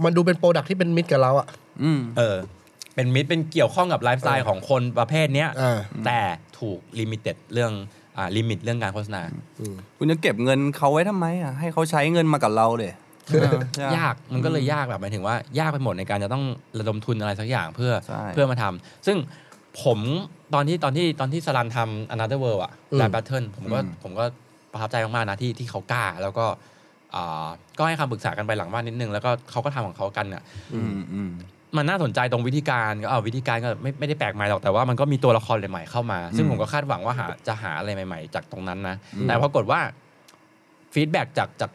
[SPEAKER 5] มันดูเป็นโปรดักที่เป็นมิตรกับเราอ่ะ
[SPEAKER 6] อืม
[SPEAKER 4] เออ เป็นมิตรเป็นเกี่ยวข้องกับไลฟ์สไตล์ของคนประเภทเนี้ย
[SPEAKER 5] อ่า
[SPEAKER 4] แต่ถูกลิมิเต็ดเรื่องอ่าลิมิตเรื่องการโฆษณา
[SPEAKER 6] คุณจะเก็บเงินเขาไว้ทำไมอ่ะ ให้เขาใช้เงินมากับเราเดย
[SPEAKER 4] ยากมันก็เลยยากแบบหมายถึงว่ายากไปหมดในการจะต้องระดมทุนอะไรสักอย่างเพื่อ
[SPEAKER 6] ใช่
[SPEAKER 4] เพื่อมาทำซึ่งผมตอนที่ตอนที่ตอนที่สลันทำ another world อะ
[SPEAKER 5] อืม
[SPEAKER 4] แลนแบทเทิลผมก็ผมก็ประทับใจมากๆนะที่ที่เขากล้า แล้วก็อ่าก็ให้คำปรึกษากันไปหลังบ้านนิดนึงแล้วก็เขาก็ทำของเขากันเนี่ย
[SPEAKER 6] อืมอืม
[SPEAKER 4] มันน่าสนใจตรงวิธีการก็เอาวิธีการก็ไม่ไม่ได้แปลกใหม่หรอกแต่ว่ามันก็มีตัวละครใหม่ๆเข้ามา ซึ่ง
[SPEAKER 6] อืม
[SPEAKER 4] ผมก็คาดหวังว่าหาจะหาอะไรใหม่ๆ จากตรงนั้นนะ
[SPEAKER 6] อืม
[SPEAKER 4] แต่ปรากฏว่าฟีดแบ็จากจาก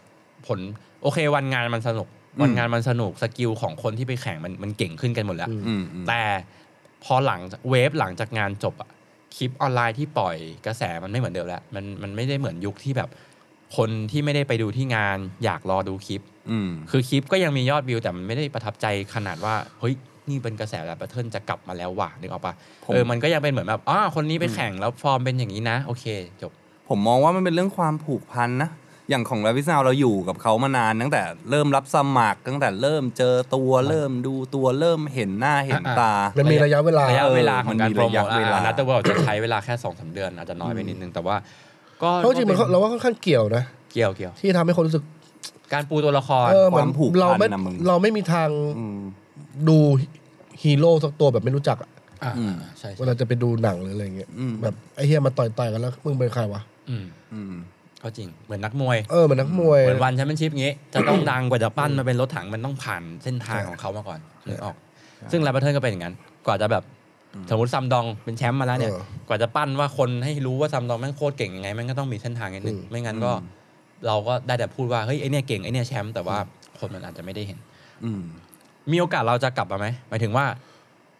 [SPEAKER 4] ผลโอเควันงานมันสนุก วันงานมันสนุกสกิลของคนที่ไปแข่งมันมันเก่งขึ้นกันหมดแล้ว
[SPEAKER 5] อืม
[SPEAKER 6] อืมอืม
[SPEAKER 4] แต่พอหลังจากเวฟหลังจากงานจบอะคลิปออนไลน์ที่ปล่อยกระแสมันไม่เหมือนเดิมแล้วมันมันไม่ได้เหมือนยุคที่แบบ คนที่ไม่ได้ไปดูที่งานอยากรอดูคลิป
[SPEAKER 6] อืม
[SPEAKER 4] คือคลิปก็ยังมียอดวิว แต่มันไม่ได้ประทับใจขนาดว่า เฮ้ย นี่เป็นกระแสแบบแพทเทิร์นจะกลับมาแล้วว่ะนึกออกปะ
[SPEAKER 6] ผม
[SPEAKER 4] เออมันก็ยังเป็นเหมือนแบบอ๋อคนนี้ไปแข่งแล้วฟอร์มเป็นอย่างนี้นะ โอเค จบ
[SPEAKER 6] ผมมองว่ามันเป็นเรื่องความผูกพันนะ อย่างของลาวิสนาวเราอยู่กับเขามานานตั้งแต่เริ่มรับสมัคร ตั้งแต่เริ่มเจอตัวเริ่มดูตัวเริ่มเห็นหน้าเห็นตา
[SPEAKER 5] มันมีระยะเวลา
[SPEAKER 4] ระยะเวลาของการ
[SPEAKER 6] มันมี
[SPEAKER 4] โปร
[SPEAKER 6] ระ
[SPEAKER 4] โม
[SPEAKER 6] ยะ
[SPEAKER 4] ท
[SPEAKER 6] เวลา
[SPEAKER 4] นัตเตอร์เวิลจะใช้เวลาแค่สองสาเดือน อาจจะน้อยไปนิดนึงแต่ว่า ก็
[SPEAKER 5] เพราะจริงๆมัน
[SPEAKER 4] ก็ป็
[SPEAKER 5] เราว่าค่อนข้างเกี่ยวนะ
[SPEAKER 4] เกี่ยวเกี่ยว
[SPEAKER 5] ที่ทำให้คนรู้สึก
[SPEAKER 4] การปูตัวละคร
[SPEAKER 5] เออเหมือน
[SPEAKER 6] ความผูกพัน
[SPEAKER 5] เราไม่
[SPEAKER 6] นะมึง
[SPEAKER 5] เราไม่มีทาง
[SPEAKER 6] อืม
[SPEAKER 5] ดูฮีโร่สักตัวแบบไม่รู้จักอะ
[SPEAKER 4] อ่า
[SPEAKER 6] อืม
[SPEAKER 4] ใช่ใช่
[SPEAKER 5] เวลาจะไปดูหนังหรืออะไรเงี้ย
[SPEAKER 6] อืม
[SPEAKER 5] แบบไอ้เฮียมาต่อยต่อยๆกันแล้วมึงเป็นใครวะ
[SPEAKER 4] อืม
[SPEAKER 6] อืม
[SPEAKER 4] ก็จริงเหมือนนักมวย
[SPEAKER 5] เออเหมือนนักมวย
[SPEAKER 4] เหมือนวันแชมเปี้ยนชิพงี้ จะต้องดังกว่าจะปั้นมาเป็นรถถังมันต้องผ่านเส้นทางของเขามาก่อนนึกออก ซึ่งแรปเปอร์เทิร์นก็เป็นอย่างนั้น กว่าจะแบบสมมติซัมดองเป็นแชมป์มาแล้วเนี่ย กว่าจะปั้นว่าคนให้รู้ว่าซัมดองแม่งโคตรเก่งยังไงแม่งก็ต้องมีเส้นทางนิดนึงไม่งั้นก็
[SPEAKER 6] อืม
[SPEAKER 4] เราก็ได้แต่พูดว่าเฮ้ยไอเนี่ยเก่งไอเนี่ยแชมป์แต่ว่าคนมันอาจจะไม่ได้เห็น
[SPEAKER 6] อืม
[SPEAKER 4] มีโอกาสเราจะกลับมาไหมหมายถึงว่า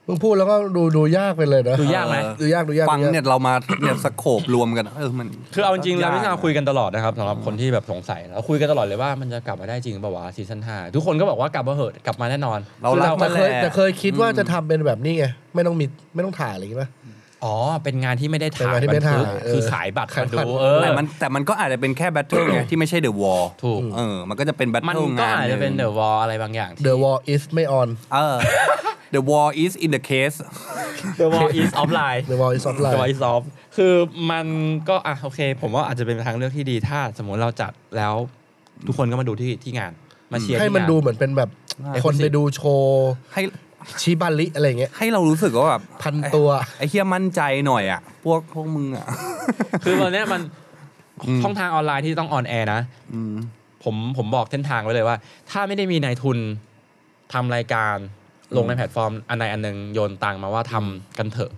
[SPEAKER 5] มึงพูดแล้วก็ดูดูยากไปเลยนะ
[SPEAKER 4] ดูยากไหม
[SPEAKER 6] เออ
[SPEAKER 5] ดูยากดูยาก
[SPEAKER 6] ฟัง
[SPEAKER 5] ดูยาก
[SPEAKER 6] เนี่ยเรามาเนี่ยสโคบรวมกันเออมัน
[SPEAKER 4] คือเอาจริงๆเรา
[SPEAKER 6] ก
[SPEAKER 4] พี่นา
[SPEAKER 6] ะ
[SPEAKER 4] คุยกันตลอดนะครับสำหรับคนที่แบบสงสัยเราคุยกันตลอดเลยว่ามันจะกลับมาได้จริงเปล่าวะซีซั่นห้าทุกคนก็บอกว่ากลับมาเหอะกลับมาแน่นอน
[SPEAKER 6] เรารัก
[SPEAKER 5] แต่เค
[SPEAKER 6] นั่นแห
[SPEAKER 5] ย
[SPEAKER 6] ละ
[SPEAKER 5] แต่เคยคิดว่าจะทำเป็นแบบนี้ไงไม่ต้องมีไม่ต้องถ่ายอะไรอย่างงี้ปะ
[SPEAKER 4] อ๋อเป็นงานที่ไม่ได้
[SPEAKER 5] เป็น
[SPEAKER 4] ถ่าย
[SPEAKER 5] งานที่ไม่ได้ถ่าย
[SPEAKER 4] บันทึก
[SPEAKER 5] เออ
[SPEAKER 4] คือขายบัตร
[SPEAKER 5] ขาย
[SPEAKER 4] มา
[SPEAKER 5] บัตร
[SPEAKER 4] ดูเออ
[SPEAKER 6] แต่มันแต่มันก็อาจจะเป็นแค่แบทเทิลไงที่ไม่ใช่เดอะวอล
[SPEAKER 4] ถูก
[SPEAKER 6] เออ มันก็จะเป็นแบท
[SPEAKER 4] มัน
[SPEAKER 6] เทิล
[SPEAKER 4] ก็
[SPEAKER 6] งาน
[SPEAKER 4] อาจจะเป็น
[SPEAKER 6] ห
[SPEAKER 4] เด
[SPEAKER 6] นึ่ง
[SPEAKER 4] อะวอลอะไรบางอย่าง
[SPEAKER 5] The wall is ไม่ on
[SPEAKER 6] เออ The war is in the case
[SPEAKER 4] เดอะวอลอีสออฟไลน์
[SPEAKER 5] The wall is
[SPEAKER 4] เดอะวอล
[SPEAKER 5] offline
[SPEAKER 4] อีสออฟคือมันก็อ่ะโอเค ผมว่าอาจจะเป็นทางเลือกที่ดีถ้าสมมติเราจัดแล้ว ทุกคนก็มาดูที่ที่งานมาเชียร์
[SPEAKER 5] ให้
[SPEAKER 4] ที่
[SPEAKER 5] มัน
[SPEAKER 4] งาน
[SPEAKER 5] ดูเหมือนเป็นแบบคนไปดูโชว์
[SPEAKER 6] ให้
[SPEAKER 5] ชิบาริอะไรเงี้ย
[SPEAKER 6] ให้เรารู้สึกว่าแบบ
[SPEAKER 5] พันตัว
[SPEAKER 6] ไอ้เฮียมั่นใจหน่อยอ่ะ พวกพวกมึงอ่ะ
[SPEAKER 4] คือตอนเนี้ยมันช่องทางออนไลน์ที่ต้องออนแอร์นะ
[SPEAKER 6] อืม
[SPEAKER 4] ผมผมบอกเส้นทางไว้เลยว่า ถ้าไม่ได้มีนายทุนทำรายการลงในแพลตฟอร์ม อันใดอันหนึ่งโยนตังมาว่าทำกันเถอะ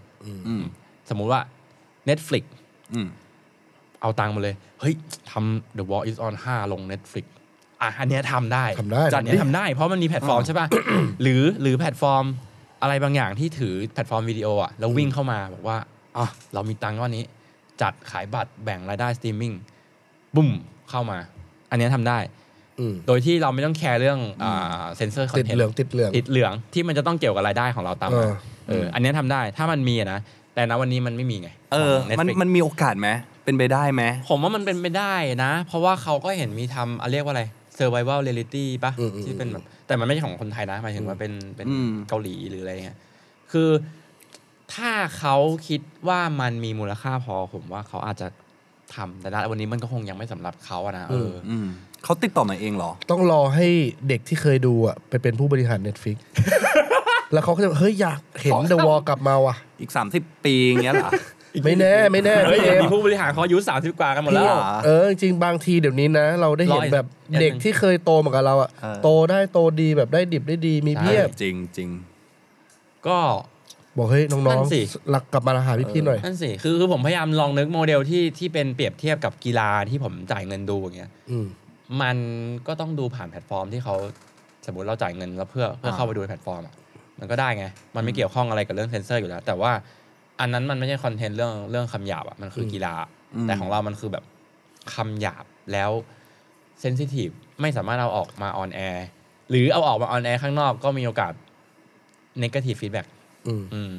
[SPEAKER 6] อืม
[SPEAKER 4] สมมุติว่า Netflix
[SPEAKER 6] อืม
[SPEAKER 4] เอาตังมาเลย เฮ้ยทำ The War is on 5 ลง Netflix อ่ะอันเนี้ยทำได้
[SPEAKER 5] ทำได้
[SPEAKER 4] จัด
[SPEAKER 5] ทำได้
[SPEAKER 4] เนี้ยทำได้ เพราะมันมีแพลตฟอร์มใช่ป่ะ หรือหรือแพลตฟอร์มอะไรบางอย่างที่ถือแพลตฟอร์มวิดีโออ่ะแล้ววิ่งเข้ามาบอกว่าอ๋อเรามีตังค์ก้อนนี้ จัดขายบัตรแบ่งรายได้สตรีมมิ่งบุ้มเข้ามา อันเนี้ยทำได้
[SPEAKER 5] อืม
[SPEAKER 4] โดยที่เราไม่ต้องแคร์เรื่องเซนเซอร์คอ
[SPEAKER 5] ติ
[SPEAKER 4] น
[SPEAKER 5] ด
[SPEAKER 4] เทนต์
[SPEAKER 5] เหลืองติดเหลือง
[SPEAKER 4] ติดเหลืองที่มันจะต้องเกี่ยวกับรายได้ของเราตาม
[SPEAKER 5] เอ
[SPEAKER 4] มา
[SPEAKER 5] อ
[SPEAKER 4] เอออันเนี้ยทำได้ถ้ามันมีอะนะแต่ณวันนี้มันไม่มีไง
[SPEAKER 6] เอ
[SPEAKER 4] ข
[SPEAKER 6] อ
[SPEAKER 4] อง Netflix
[SPEAKER 6] มันมันมีโอกาสไหม เป็นไปได้ไหม
[SPEAKER 4] ผมว่ามันเป็นไปได้นะ เพราะว่าเขาก็เห็นมีทำอ่ะเรียกว่าอะไรเซอร์ไ a เ r ลเรลิตี้ปะ
[SPEAKER 5] อืมอืม
[SPEAKER 4] ที่เป็นแบบแต่มันไม่ใช่ของคนไทยนะหมายถึงว่าเป็นเป็น
[SPEAKER 6] อืม
[SPEAKER 4] เกาหลีหรืออะไรเงี้ยคือถ้าเขาคิดว่ามันมีมูลค่าพอ ผมว่าเขาอาจจะทำแต่ณวันนี้มันก็คงยังไม่สำหรับเขาอะนะเออ
[SPEAKER 6] อืมเขาติดต่อมาเองเหรอ
[SPEAKER 5] ต้องรอให้เด็กที่เคยดูอ่ะ ไปเป็นผู้บริหาร Netflix แล้วเขาก็จะเฮ้ย อยากเห็น The Wall กลับมาว่ะ
[SPEAKER 6] อีก 30 ปีอย่างเงี้ ยเหรอ
[SPEAKER 5] ไม่แน่ ไม่แน่
[SPEAKER 4] เฮ้ย
[SPEAKER 5] พี่เอ
[SPEAKER 4] เดี๋ยว
[SPEAKER 5] ม
[SPEAKER 4] มีผู้บริหารเขาอายุสามสิบกว่ากันหมดแล้ว
[SPEAKER 6] พี่
[SPEAKER 4] อะ
[SPEAKER 5] เออ จริงๆบางทีเดี๋ยวนี้นะ เราได้เห็น
[SPEAKER 4] รออีก
[SPEAKER 5] แบบ
[SPEAKER 4] อย่างหนึ่ง
[SPEAKER 5] เด็กที่เคยโตมากับเราอ่ะ
[SPEAKER 6] เออ
[SPEAKER 5] โตได้โตดีแบบได้ดิบได้ดีมีเพียบ
[SPEAKER 6] จริงจริง
[SPEAKER 4] ก็
[SPEAKER 5] บอกเฮ้ย น้
[SPEAKER 4] นั่
[SPEAKER 5] อง
[SPEAKER 4] นสิ
[SPEAKER 5] ๆหลักกลับมาหาพี่ๆหน่อย
[SPEAKER 4] นั่นสิคือคือผมพยายามลองนึกโมเดลที่ที่เป็นเปรียบเทียบกับกีฬาที่ผมจ่ายเงินดูอย่างเงี้ย
[SPEAKER 5] อืม
[SPEAKER 4] มันก็ต้องดูผ่านแพลตฟอร์มที่เขาสมมติเราจ่ายเงินแล้วเพื่อเพื่อเข้าไปดูในแพลตฟอร์มอะมันก็ได้ไง มันไม่เกี่ยวข้องอะไรกับเรื่องเซนเซอร์อยู่แล้ว แต่ว่าอันนั้นมันไม่ใช่คอนเทนต์เรื่องเรื่องคำหยาบอะมันคืออ
[SPEAKER 5] ม
[SPEAKER 4] กีฬา
[SPEAKER 6] อืม
[SPEAKER 4] แต่ของเรามันคือแบบคำหยาบแล้วเซนซิทีฟไม่สามารถเอาออกมาออนแอร์หรือเอาออกมาออนแอร์ข้างนอกก็มีโอกาสนกาทีฟฟีดแบ็ก
[SPEAKER 5] อืม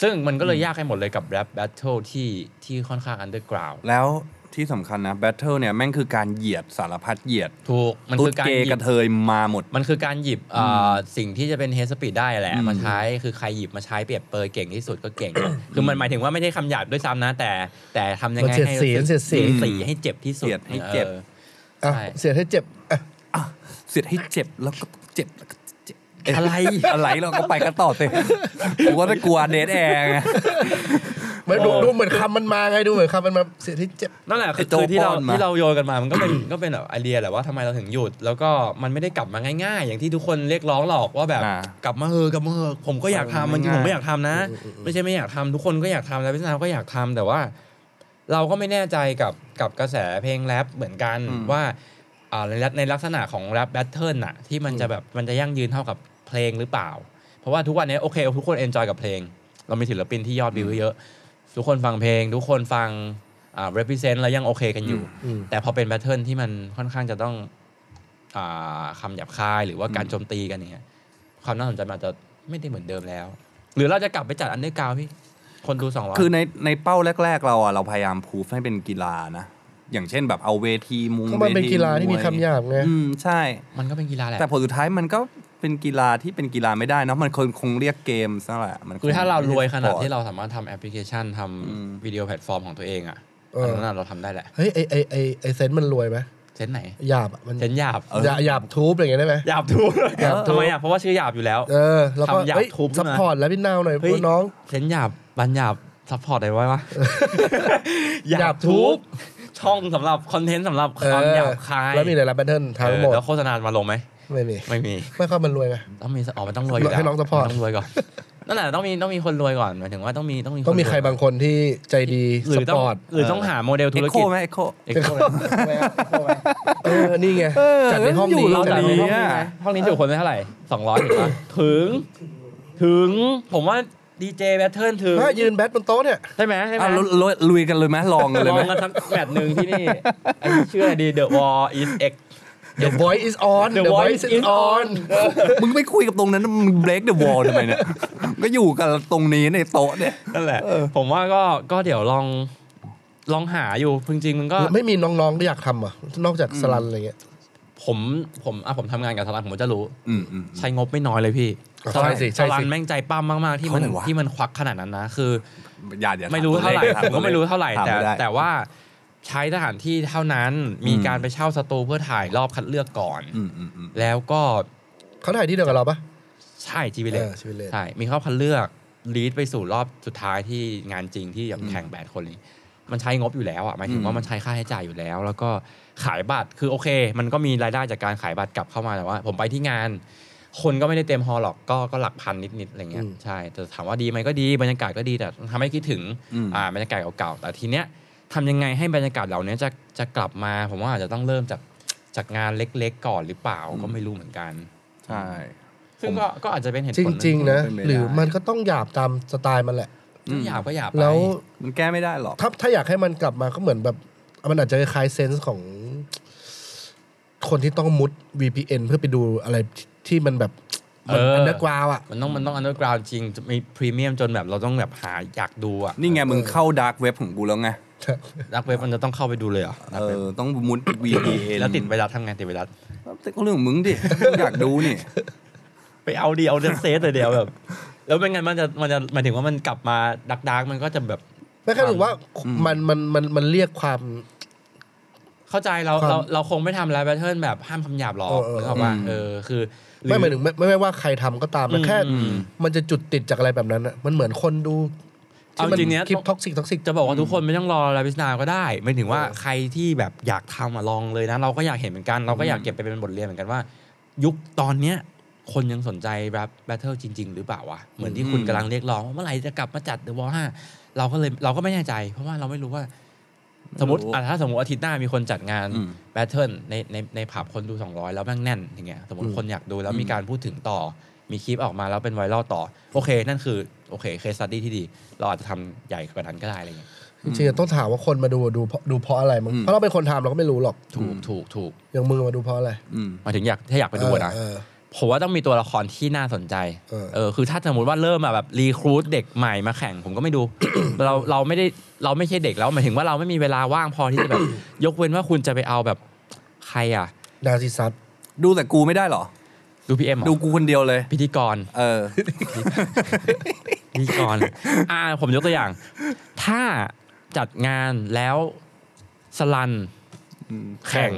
[SPEAKER 4] ซึ่งมันก็เลยยากให้หมดเลยกับแรปแบทเทิลที่ที่ค่อนข้างอันเดอร์กราว
[SPEAKER 6] แล้วที่สำคัญนะแบทเทิลเนี่ยแม่งคือการเหยียดสารพัดเหยียด
[SPEAKER 4] ถูกมัน
[SPEAKER 6] ตุ๊
[SPEAKER 4] คื
[SPEAKER 6] ด
[SPEAKER 4] อการ
[SPEAKER 6] เก
[SPEAKER 4] ห
[SPEAKER 6] ย์
[SPEAKER 4] ยิ
[SPEAKER 6] ก
[SPEAKER 4] บ
[SPEAKER 6] ระเทยมาหมด
[SPEAKER 4] มันคือการหยิบเอ่ออสิ่งที่จะเป็นเฮสปีดได้แหละ
[SPEAKER 6] อืม
[SPEAKER 4] มาใช้คือใครหยิบมาใช้เปรียบเปรยเก่งที่สุดก็เก่ง คือมันหมายถึงว่าไม่ได้คำหยาบด้วยซ้ำนะ แต่แต่ทำยังไง
[SPEAKER 5] มันเสียด
[SPEAKER 4] ให้
[SPEAKER 5] สีมันเสียดสี
[SPEAKER 4] สีให้เจ็บที่สุด
[SPEAKER 6] เสียดให้เจ็บ
[SPEAKER 4] ออ
[SPEAKER 5] อ่ะ
[SPEAKER 4] ใช่
[SPEAKER 5] เสียให้เจ็บอ่ะ
[SPEAKER 6] อ่ะเสียดให้เจ็บแล้วก็เจ็บแล้วก็เจ็บเย
[SPEAKER 4] อะไร
[SPEAKER 6] อะไรเราก็ไปกันต่อสิกูว่าจะกลัวเดทแอร์ไง
[SPEAKER 5] มันดู
[SPEAKER 4] เออ
[SPEAKER 5] ดูเหมือนคำมันมาไงดูเหมือนคำมันมาเสียให้เจ็บ
[SPEAKER 4] นั่นแหละคือ
[SPEAKER 6] ไอ้โจ
[SPEAKER 4] คือที่เรา
[SPEAKER 6] ป้อนมา
[SPEAKER 4] ที่เราโยนกันมามันก็เป็น ก็เป็นแบบไอเดียแหละว่าทำไมเราถึงหยุด แล้วก็มันไม่ได้กลับมาง่าย ๆ อย่างที่ทุกคนเรียกร้องหรอกว่าแบบ
[SPEAKER 6] อ่าก
[SPEAKER 4] ลับมาเออะกลับมาเออะผมก็อยากทำมันจริงผ
[SPEAKER 6] ง่ายๆ
[SPEAKER 4] มก็อยากทำนะ ไม่ใช่ไม่อยากทำทุกคนก็อยากทำแล้วพี่สาวก็อยากทำแต่ว่า เราก็ไม่แน่ใจกับกับกระแสเพลงแรปเหมือนกันว่าอ่าในลักในลักษณะของแรปแบทเทิลน่ะที่มันจะแบบมันจะยั่งยืนเท่ากับเพลงหรือเปล่า เพราะว่าทุกวันนี้โอเคทุกคนเอนจอยกับเพลง เรามีศิลปินที่ยอดวิวเยอะ ทุกคนฟังเพลง ทุกคนฟังอ่า represent แล้วยังโอเคกันอยู่
[SPEAKER 5] อืม
[SPEAKER 4] แต่พอเป็นแบทเทิลที่มันค่อนข้างจะต้องอ่าคำหยาบคายหรือว่าการโจมตีกันเนี่ยความน่าสนใจมันอาจจะไม่ได้เหมือนเดิมแล้ว หรือเราจะกลับไปจัดอันเดอร์กราวพี่คนดูสองร้อย
[SPEAKER 6] คือในในเป้าแรก ๆ เราอะเราพยายามพูฟให้เป็นกีฬานะ อย่างเช่นแบบเอาเวทีมุง
[SPEAKER 5] ก็มันเป็นกีฬาที่มีคำหยาบไง
[SPEAKER 6] อืมใช่
[SPEAKER 4] มันก็เป็นกีฬาแหละ
[SPEAKER 6] แต่ผลสุดท้ายมันก็เป็นกีฬาที่เป็นกีฬาไม่ได้เนอะมันคงคงเรียกเกมซะแหละมันง
[SPEAKER 4] คือถ้าเรารวยขนาดที่
[SPEAKER 6] ไม่ไสปอ
[SPEAKER 4] เราสามารถทำแอปพลิเคชันทำวิดีโอแพลตฟอร์มของตัวเองอ่ะ
[SPEAKER 5] เอออั
[SPEAKER 4] อันนั้นนะเราทำได้แหละ
[SPEAKER 5] เฮ้ยไอไอไอไอเซนส์มันรวยไหม
[SPEAKER 4] เซนส์ไหน
[SPEAKER 5] หยาบอะมัน
[SPEAKER 4] เซนส์หยาบ
[SPEAKER 6] เออ
[SPEAKER 5] หยาบหยาบทูบอะไรอย่างเงี้ยได้ไหม
[SPEAKER 4] หยาบทูบ
[SPEAKER 5] หยาบทูบ
[SPEAKER 4] ทำไมอ่ะเพราะว่าชื่อหยาบอยู่แล้ว
[SPEAKER 5] เออแล้วก็
[SPEAKER 4] คำหยาบ
[SPEAKER 5] เอ้ย
[SPEAKER 4] ทูบขึ้น
[SPEAKER 5] ซั
[SPEAKER 4] มา
[SPEAKER 5] พพอร์ตแล้วพี่นาวหน่อย
[SPEAKER 4] เฮ้ย
[SPEAKER 5] น้อง
[SPEAKER 4] เซนส์หยาบบันหยาบซัพพอร์ตอะไรไว้วะ
[SPEAKER 5] หยาบทูบ
[SPEAKER 4] ช่องสำหรับคอนเทนต์สำหรับความ
[SPEAKER 5] เออ
[SPEAKER 4] หยาบคาย
[SPEAKER 5] แล้วมีอะไรรับแบทเทิลทั้งหมด
[SPEAKER 4] เออแล้วโฆษณามาลงไหม
[SPEAKER 5] ไม่มี
[SPEAKER 4] ไม่มี
[SPEAKER 5] ไม่ค่อยมันรวยไง
[SPEAKER 4] ต้องมีอ๋อมันต้องรวยอยู่แล้ว
[SPEAKER 5] ให้น้อง support
[SPEAKER 4] ต้องรวยก่อนนั่นแหละต้องมีต้องมีคนรวยก่อนหมายถึงว่าต้องมีต้องมีน
[SPEAKER 5] ต้องมีใครบางคนที่ใจดี
[SPEAKER 4] หรื
[SPEAKER 5] ส
[SPEAKER 4] อต้อ
[SPEAKER 5] ป
[SPEAKER 4] ง
[SPEAKER 5] อร์ต
[SPEAKER 4] หรือต้องหาโมเดลธุ
[SPEAKER 6] เอ็ก
[SPEAKER 4] ร
[SPEAKER 6] โค
[SPEAKER 4] กิจ
[SPEAKER 6] ไหมเอ็กโค
[SPEAKER 4] เอ็กโค
[SPEAKER 5] เออนี่ไงจัดในห้องนี้
[SPEAKER 6] อยู่เรา
[SPEAKER 5] จัดใน
[SPEAKER 6] ดี
[SPEAKER 5] ห้อง
[SPEAKER 6] เนี่ย
[SPEAKER 4] ห้องนี้จุคนได้เท่าไหร่สองร้อยถึงปะถึง ถึงผมว่าดีเจแบทเทิลถึง
[SPEAKER 5] ถ้ายืนแบทบนโต๊ะเนี่ย
[SPEAKER 4] ใช่ไหมใช่ไหม
[SPEAKER 6] อ่ะลุลุยลุยกันเลยไหมลองกันเลย
[SPEAKER 4] ล
[SPEAKER 6] ไหม
[SPEAKER 4] องกันสักแมตช์หนึ่งที่นี่อันนี้ชื่ออะไรดี The War is X
[SPEAKER 5] The voice is on
[SPEAKER 4] The
[SPEAKER 5] The voice is
[SPEAKER 4] Voice is
[SPEAKER 5] on
[SPEAKER 4] on
[SPEAKER 6] มึงไม่คุยกับตรงนั้นมึงเบรกเดอะวอลทำไมเนี่ย ก็อยู่กันตรงนี้ในโต๊ะเนี่ย
[SPEAKER 4] นั่นแหละ ผมว่าก็ก็เดี๋ยวลองลองหาอยู่จริงๆมันก็
[SPEAKER 5] ไม่มีน้องๆที่อยากทำอ่ะนอกจากสลันอะไรเงี้ย
[SPEAKER 4] ผมผมอ่ะผมทำงานกับสลันผมจะรู้
[SPEAKER 6] อืมอืม
[SPEAKER 4] ใช้งบไม่น้อยเลยพี่
[SPEAKER 5] ใช่สิใช่สิ
[SPEAKER 4] สลันแม่งใจปั้มมากๆที่มัน
[SPEAKER 6] เท่าไหร่วะ
[SPEAKER 4] ที่มันควักขนาดนั้นนะ คือ
[SPEAKER 6] อย่าอย่า
[SPEAKER 4] ไม่รู้เท่าไหร่
[SPEAKER 6] ถ
[SPEAKER 4] ผมก็ไม่รู้เท่าไหร่
[SPEAKER 6] ถม
[SPEAKER 4] แต่
[SPEAKER 6] ไม่ได้
[SPEAKER 4] แต่ว่าใช้สถานที่เท่านั้นมีการไปเช่าสตูเพื่อถ่ายรอบคัดเลือกก่อน
[SPEAKER 6] อืมอืมอืม
[SPEAKER 4] แล้วก็
[SPEAKER 5] เขาถ่ายที่เดียวกับเราปะ
[SPEAKER 4] ใช่จีวิเล
[SPEAKER 5] เออ G-Village
[SPEAKER 4] ใช่มีรอบคัดเลือกลีดไปสู่รอบสุดท้ายที่งานจริงที่แบบแข่งแปดคนนี้ มันใช้งบอยู่แล้วอ่ะหมายถึงว่ามันใช้ค่าใช้จ่ายอยู่แล้ว แล้วก็ขายบัตรคือโอเค มันก็มีรายได้จากการขายบัตรกลับเข้ามาแต่ว่า ผมไปที่งาน คนก็ไม่ได้เต็มฮอลล์หรอกก็ก็หลักพันนิดๆอะไรเงี้ย
[SPEAKER 5] อืม
[SPEAKER 4] ใช่แต่ถามว่าดีไหมก็ดีบรรยากาศก็ดีแต่ทำให้คิดถึง
[SPEAKER 6] อืม
[SPEAKER 4] อ่าบรรยากาศเก่าๆแต่ทีเนี้ยทำยังไงให้บรรยากาศเหล่านี้จะจะกลับมา ผมว่าอาจจะต้องเริ่มจากจากงานเล็กๆ ก่อนหรือเปล่าก็ไม่รู้เหมือนกัน
[SPEAKER 6] ใช่
[SPEAKER 4] ซึ่งก็ก็อาจจะเป็นเหตุผ
[SPEAKER 5] จ
[SPEAKER 4] ลห
[SPEAKER 5] ริ
[SPEAKER 4] นึ่
[SPEAKER 5] ง ๆ นะ
[SPEAKER 6] เป็นไปได้
[SPEAKER 5] หรือมันก็ต้องหยาบตามสไตล์มันแหละ
[SPEAKER 4] ซึ่งหยาบก็หยาบไป
[SPEAKER 5] แล้ว
[SPEAKER 6] มันแก้ไม่ได้หรอก
[SPEAKER 5] ถ้าถ้าอยากให้มันกลับมาก็เหมือนแบบมันอาจจะคล้ายเซนส์ของ คนที่ต้องมุด VPN เพื่อไปดูอะไรที่มันแบบมัน
[SPEAKER 4] เอออั
[SPEAKER 5] อันเดอร์กราวอ่ะ
[SPEAKER 4] มันต้องมันต้องอันเดอร์กราวจริงจะมีพรีเมียมจนแบบเราต้องแบบหาอยากดูอ่ะ
[SPEAKER 6] นี่ไงมึงเข้าดาร์กเว็บของกูแล้วไง
[SPEAKER 4] รักเว็บมันจะต้องเข้าไปดูเลยเหรอ
[SPEAKER 6] เออ ต้องมุด VPN
[SPEAKER 4] แล้วติดไวรัสทำไงติดไวรัส
[SPEAKER 6] ก็เรื่องของมึงดิมึงอยากดู นี่
[SPEAKER 4] ไปเอาดีเอาเดนเซสเลยเดียวแบบ แล้วเป็นไงมันจะมันจะหมายถึงว่ามันกลับมาดักดักมันก็จะแบบ
[SPEAKER 5] ไม่แค่ถึงว่ามันมันมันมันเรียกความ
[SPEAKER 4] เข้าใจเรา
[SPEAKER 5] ความ
[SPEAKER 4] เราเราคงไม่ทำไลฟ์แบทเทิลแบบห้ามคำหยาบหรอก
[SPEAKER 5] เออเออ
[SPEAKER 4] นึกออกป่ะ
[SPEAKER 6] อืม
[SPEAKER 4] เออคือรือ
[SPEAKER 5] ไม่หมายถึงไม่ไม่ไม่ว่าใครทำก็ตามมันแค่
[SPEAKER 4] อืมอืม
[SPEAKER 5] มันจะจุดติดจากอะไรแบบนั้นอะมันเหมือนคนดูที่มั
[SPEAKER 4] เอาจริงเนี้ย
[SPEAKER 5] คลิปท็อกซิกท็อกซิก
[SPEAKER 4] จะบอกว่าทุกคนไม่ต้องรอลาบิสนาก็ได้ไม่ถึงว่า
[SPEAKER 5] เออ
[SPEAKER 4] ใครที่แบบอยากทำอะลองเลยนะ เราก็อยากเห็นเหมือนกัน เราก็อยากเก็บไปเป็นบทเรียนเหมือนกันว่า ยุคตอนเนี้ย คนยังสนใจแบบแบทเทิลจริง ๆ หรือเปล่าวะเหมือนที่คุณกำลังเรียกร้องว่าเมื่อไหร่จะกลับมาจัดเดอะวอลห้าเราก็เลยเราก็ไม่แน่ใจ เพราะว่าเราไม่รู้ว่า สมมติอ่ะถ้าสมมติอาทิตย์หน้ามีคนจัดงาน
[SPEAKER 6] อืม
[SPEAKER 4] แบทเทิลในในในผับคนดู 200 แล้วแม่งแน่นอย่างเงี้ยสมมติคนอยากดูแล้วมีการพูดถึงต่อ มีคลิปออกมาแล้วเป็นไวรัลต่อ โอเค นั่นคือโอเคเคสตัดดี้ที่ดี เราอาจจะทำใหญ่กว่านั้นก็ได้อะไรเงี้ย
[SPEAKER 5] จริงๆต้องถามว่าคนมาดูดูเพราะดูเพราะอะไรมั้ง
[SPEAKER 6] อืม
[SPEAKER 5] เพราะเราเป็นคนทำเราก็ไม่รู้หรอก
[SPEAKER 4] ถูกถูกถูก
[SPEAKER 5] อย่างมึงมาดูเพราะอะไร
[SPEAKER 6] อืม
[SPEAKER 4] หมายถึงอยากถ้าอยากไปดูนะ
[SPEAKER 5] เออ
[SPEAKER 4] ผมว่าต้องมีตัวละครที่น่าสนใจ
[SPEAKER 5] เออ
[SPEAKER 4] คือถ้าสมมติว่าเริ่มมาแบบรีครูทเด็กใหม่มาแข่งผมก็ไม่ดู เราเราไม่ได้เราไม่ใช่เด็กแล้วหมายถึงว่าเราไม่มีเวลาว่างพอที่จะแบบ ยกเว้นว่าคุณจะไปเอาแบบใครอ่ะ
[SPEAKER 5] ดาซิซัส
[SPEAKER 6] ดูแต่กูไม่ได้หรอ
[SPEAKER 4] ดูพีเอ็ม
[SPEAKER 6] ดูกูคนเดียวเลย
[SPEAKER 4] พิธีกร
[SPEAKER 6] เออ
[SPEAKER 4] พิธีกร อ่า ผมยกตัวอย่าง ถ้าจัดงานแล้วสลัน
[SPEAKER 6] อืม
[SPEAKER 4] แข่ง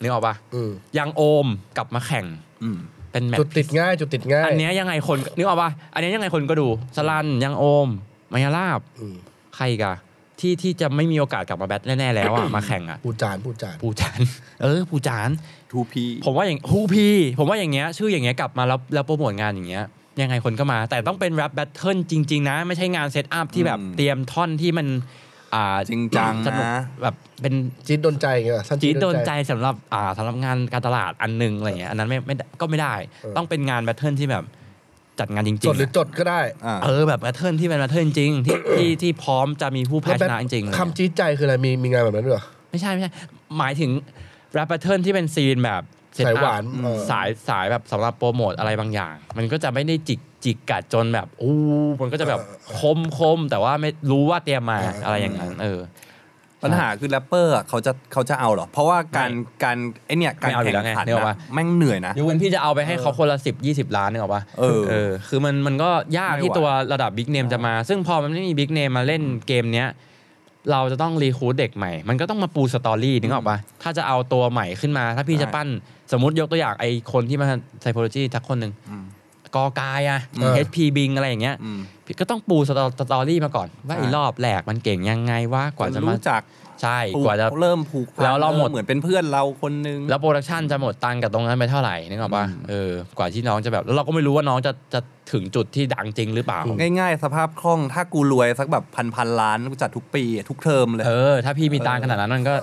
[SPEAKER 4] นึกออกปะ
[SPEAKER 5] อืม
[SPEAKER 4] ยังโอมกลับมาแข่ง
[SPEAKER 6] อืม
[SPEAKER 4] เป็นแมต
[SPEAKER 5] จุด
[SPEAKER 4] ช์
[SPEAKER 5] ติดง่ายจุดติดง่าย
[SPEAKER 4] อันเนี้ยยังไงคนนึกออกปะอันเนี้ยยังไงคนก็ดูสลันยังโอม มายาลาบ
[SPEAKER 5] อืม
[SPEAKER 4] ใครอีกอะที่ที่จะไม่มีโอกาสกลับมาแบทแน่ๆแล้ว อะมาแข่งอะ
[SPEAKER 5] พูดจานพูดจาน
[SPEAKER 4] ปูจาน เออ ปูจาน
[SPEAKER 6] 2P
[SPEAKER 4] ผมว่าอย่างฮูพีผมว่าอย่างเงี้ยชื่ออย่างเงี้ยกลับมาแล้วแล้วโปรโมทงานอย่างเงี้ยยังไงคนก็มา แต่ต้องเป็นแรปแบทเทิลจริง ๆ นะ ไม่ใช่งานเซตอัพที่แบบ
[SPEAKER 6] อืม
[SPEAKER 4] เตรียมท่อนที่มัน อ่า
[SPEAKER 6] จริงจังนะ
[SPEAKER 4] สนุกแบบเป็น
[SPEAKER 5] จีดโดนใจไงยสั้น
[SPEAKER 4] จีดโดนใจสำหรับอ่าสำหรับงานการตลาดอันหนึงอะไรเงี้ยอันนั้นไม่ไม่ก็ไม่ได้ ต้องเป็นงานแบทเทิลที่แบบจัดงานจริงๆ
[SPEAKER 5] จดหรือ
[SPEAKER 4] อะ
[SPEAKER 5] จดก็ได้
[SPEAKER 6] อ่า
[SPEAKER 4] เออแบบแบทเทิลที่เป็นแบทเทิลจริงๆที่ที่ที่พร้อมจะมีผู้แพ้ชนะจริงๆอะไรเงี้ย
[SPEAKER 5] คำจีดใจคืออะไรมีมีงานแบบนั้นด้วยเหรอ
[SPEAKER 4] ไม่ใช่ไม่ใช่หมายถึงแรปเปอร์เทินที่เป็นซีนแบบเซตอัพ
[SPEAKER 5] สายหวาน
[SPEAKER 4] อืม
[SPEAKER 5] เออ
[SPEAKER 4] สายสายแบบสำหรับโปรโมทอะไรบางอย่าง มันก็จะไม่ได้จิกจิกกัดจนแบบอู้มันก็จะแบบคมคมแต่ว่าไม่รู้ว่าเตรียมมาอะไรอย่างนั้น เออ
[SPEAKER 6] ปัญหาคือแรปเปอร์อะเขาจะเขาจะเอาเหรอ เพราะว่าการการไอเนี่ยการ
[SPEAKER 4] ไม่เอาอยู่
[SPEAKER 6] แข่ง
[SPEAKER 4] แล้วไง
[SPEAKER 6] ขัน
[SPEAKER 4] นึกออกปะ
[SPEAKER 6] อะแม่งเหนื่อยนะ
[SPEAKER 4] ยกเว้นพี่จะเอาไปให้เขาคนละสิบยี่สิบล้านนึกออกปะ
[SPEAKER 6] เออ
[SPEAKER 4] คือมันมันก็ยาก
[SPEAKER 6] ไม่ไหว
[SPEAKER 4] ที่ตัวระดับบิ๊กเนมจะมา ซึ่งพอมันไม่มีบิ๊กเนมมาเล่นเกมเนี้ย เราจะต้องรีครูทเด็กใหม่ มันก็ต้องมาปูสตอรี่นึกออกปะถ้าจะเอาตัวใหม่ขึ้นมา ถ้าพี่จะปั้นสมมติยกตัวอย่างไอคนที่มาไซโพโลจีทักคนหนึ่ง
[SPEAKER 6] อืม
[SPEAKER 4] กอกายอะ
[SPEAKER 5] เออ
[SPEAKER 4] HP บิงอะไรอย่างเงี้ย
[SPEAKER 6] อืม
[SPEAKER 4] พี่ก็ต้องปูสตอสตอรี่มาก่อน ว่า
[SPEAKER 6] ใช่
[SPEAKER 4] ไอ้รอบแรกมันเก่งยังไงว่ากว่าจะมา
[SPEAKER 6] รู้จัก
[SPEAKER 4] ใช่ กว่าจะ
[SPEAKER 6] เริ่มผูกพัน
[SPEAKER 4] แล้วเราหมด
[SPEAKER 6] เหมือนเป็นเพื่อนเราคนนึง
[SPEAKER 4] แล้วโปรดักชันจะหมดตังค์กับตรงนั้นไปเท่าไหร่นึกออกปะ
[SPEAKER 6] อืม
[SPEAKER 4] เออกว่าที่น้องจะแบบ แล้วเราก็ไม่รู้ว่าน้องจะจะถึงจุดที่ดังจริงหรือเปล่า
[SPEAKER 6] ง่ายๆ สภาพคล่องถ้ากูรวยสักแบบพันพันๆล้านกูจัดทุกปีอะทุกเทอมเลย
[SPEAKER 4] เออ ถ้าพี่มีตังค์ขนาดนั้นมันก็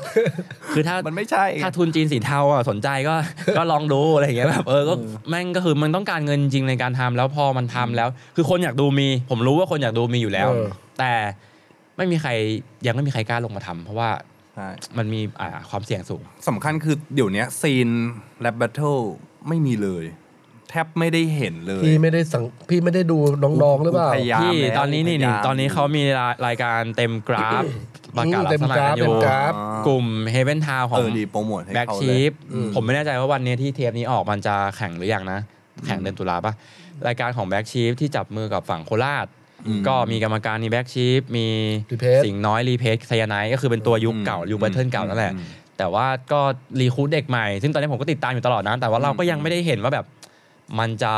[SPEAKER 4] คือถ้า
[SPEAKER 6] มันไม่ใช่ไง
[SPEAKER 4] ถ้าทุนจีนสีเทาอ่ะสนใจก็ ก็ลองดูอะไรอย่างเงี้ยแบบเออก็แม่งก็คือมันต้องการเงินจริงในการทำแล้วพอมันทำแล้ว คือคนอยากดูมี ผมรู้ว่าคนอยากดูมีอยู่แล้ว
[SPEAKER 5] เออ
[SPEAKER 4] แต่ไม่มีใครยังไม่มีใครกล้าลงมาทำเพราะว่า
[SPEAKER 6] ใช่
[SPEAKER 4] มันมีอ่าความเสี่ยงสูง
[SPEAKER 6] สำคัญคือเดี๋ยวเนี้ยซีนแรปแบทเทิลไม่มีเลย แทบไม่ได้เห็นเลย
[SPEAKER 5] พี่ไม่ได้สังพี่ไม่ได้ดูน้องๆหรือเปล่า
[SPEAKER 6] พยายาม
[SPEAKER 4] ที่
[SPEAKER 6] แล้ว
[SPEAKER 4] ตอนนี้นี่
[SPEAKER 6] พยา
[SPEAKER 4] นี่
[SPEAKER 6] ยาม
[SPEAKER 4] ตอนนี้เขามีรายการเต็มกราฟประกาศ
[SPEAKER 5] เต็มกราฟ
[SPEAKER 4] อ
[SPEAKER 5] เต็
[SPEAKER 4] ยู่
[SPEAKER 5] มกราฟ
[SPEAKER 6] อ๋อก
[SPEAKER 4] ลุ่ม Heaven Town ขอ
[SPEAKER 6] เอง อดีโปรโมทให้
[SPEAKER 4] แบ็ก
[SPEAKER 6] เขาเล
[SPEAKER 4] ชี
[SPEAKER 6] ย
[SPEAKER 4] ฟผมไม่แน่ใจว่าวันนี้ที่เทปนี้ออกมันจะแข่งหรือยังนะ แข่งเดือนตุลาปะรายการของแบ็กชีฟที่จับมือกับฝั่งโคราช
[SPEAKER 6] อืม
[SPEAKER 4] ก็มีกรรมการมีแบ็กชีฟมี
[SPEAKER 5] Repaid
[SPEAKER 4] สิงห์น้อยรีเพสไซยาไนก็คือเป็นตัวยุค
[SPEAKER 6] อืม
[SPEAKER 4] เก่ายุคแบทเทิลเก่านั่นแหละ
[SPEAKER 6] อืม
[SPEAKER 4] แต่ว่าก็รีครูดเด็กใหม่ ซึ่งตอนนี้ผมก็ติดตามอยู่ตลอดนะ แต่ว่าเราก็ยังไม่ได้เห็นว่าแบบมันจะ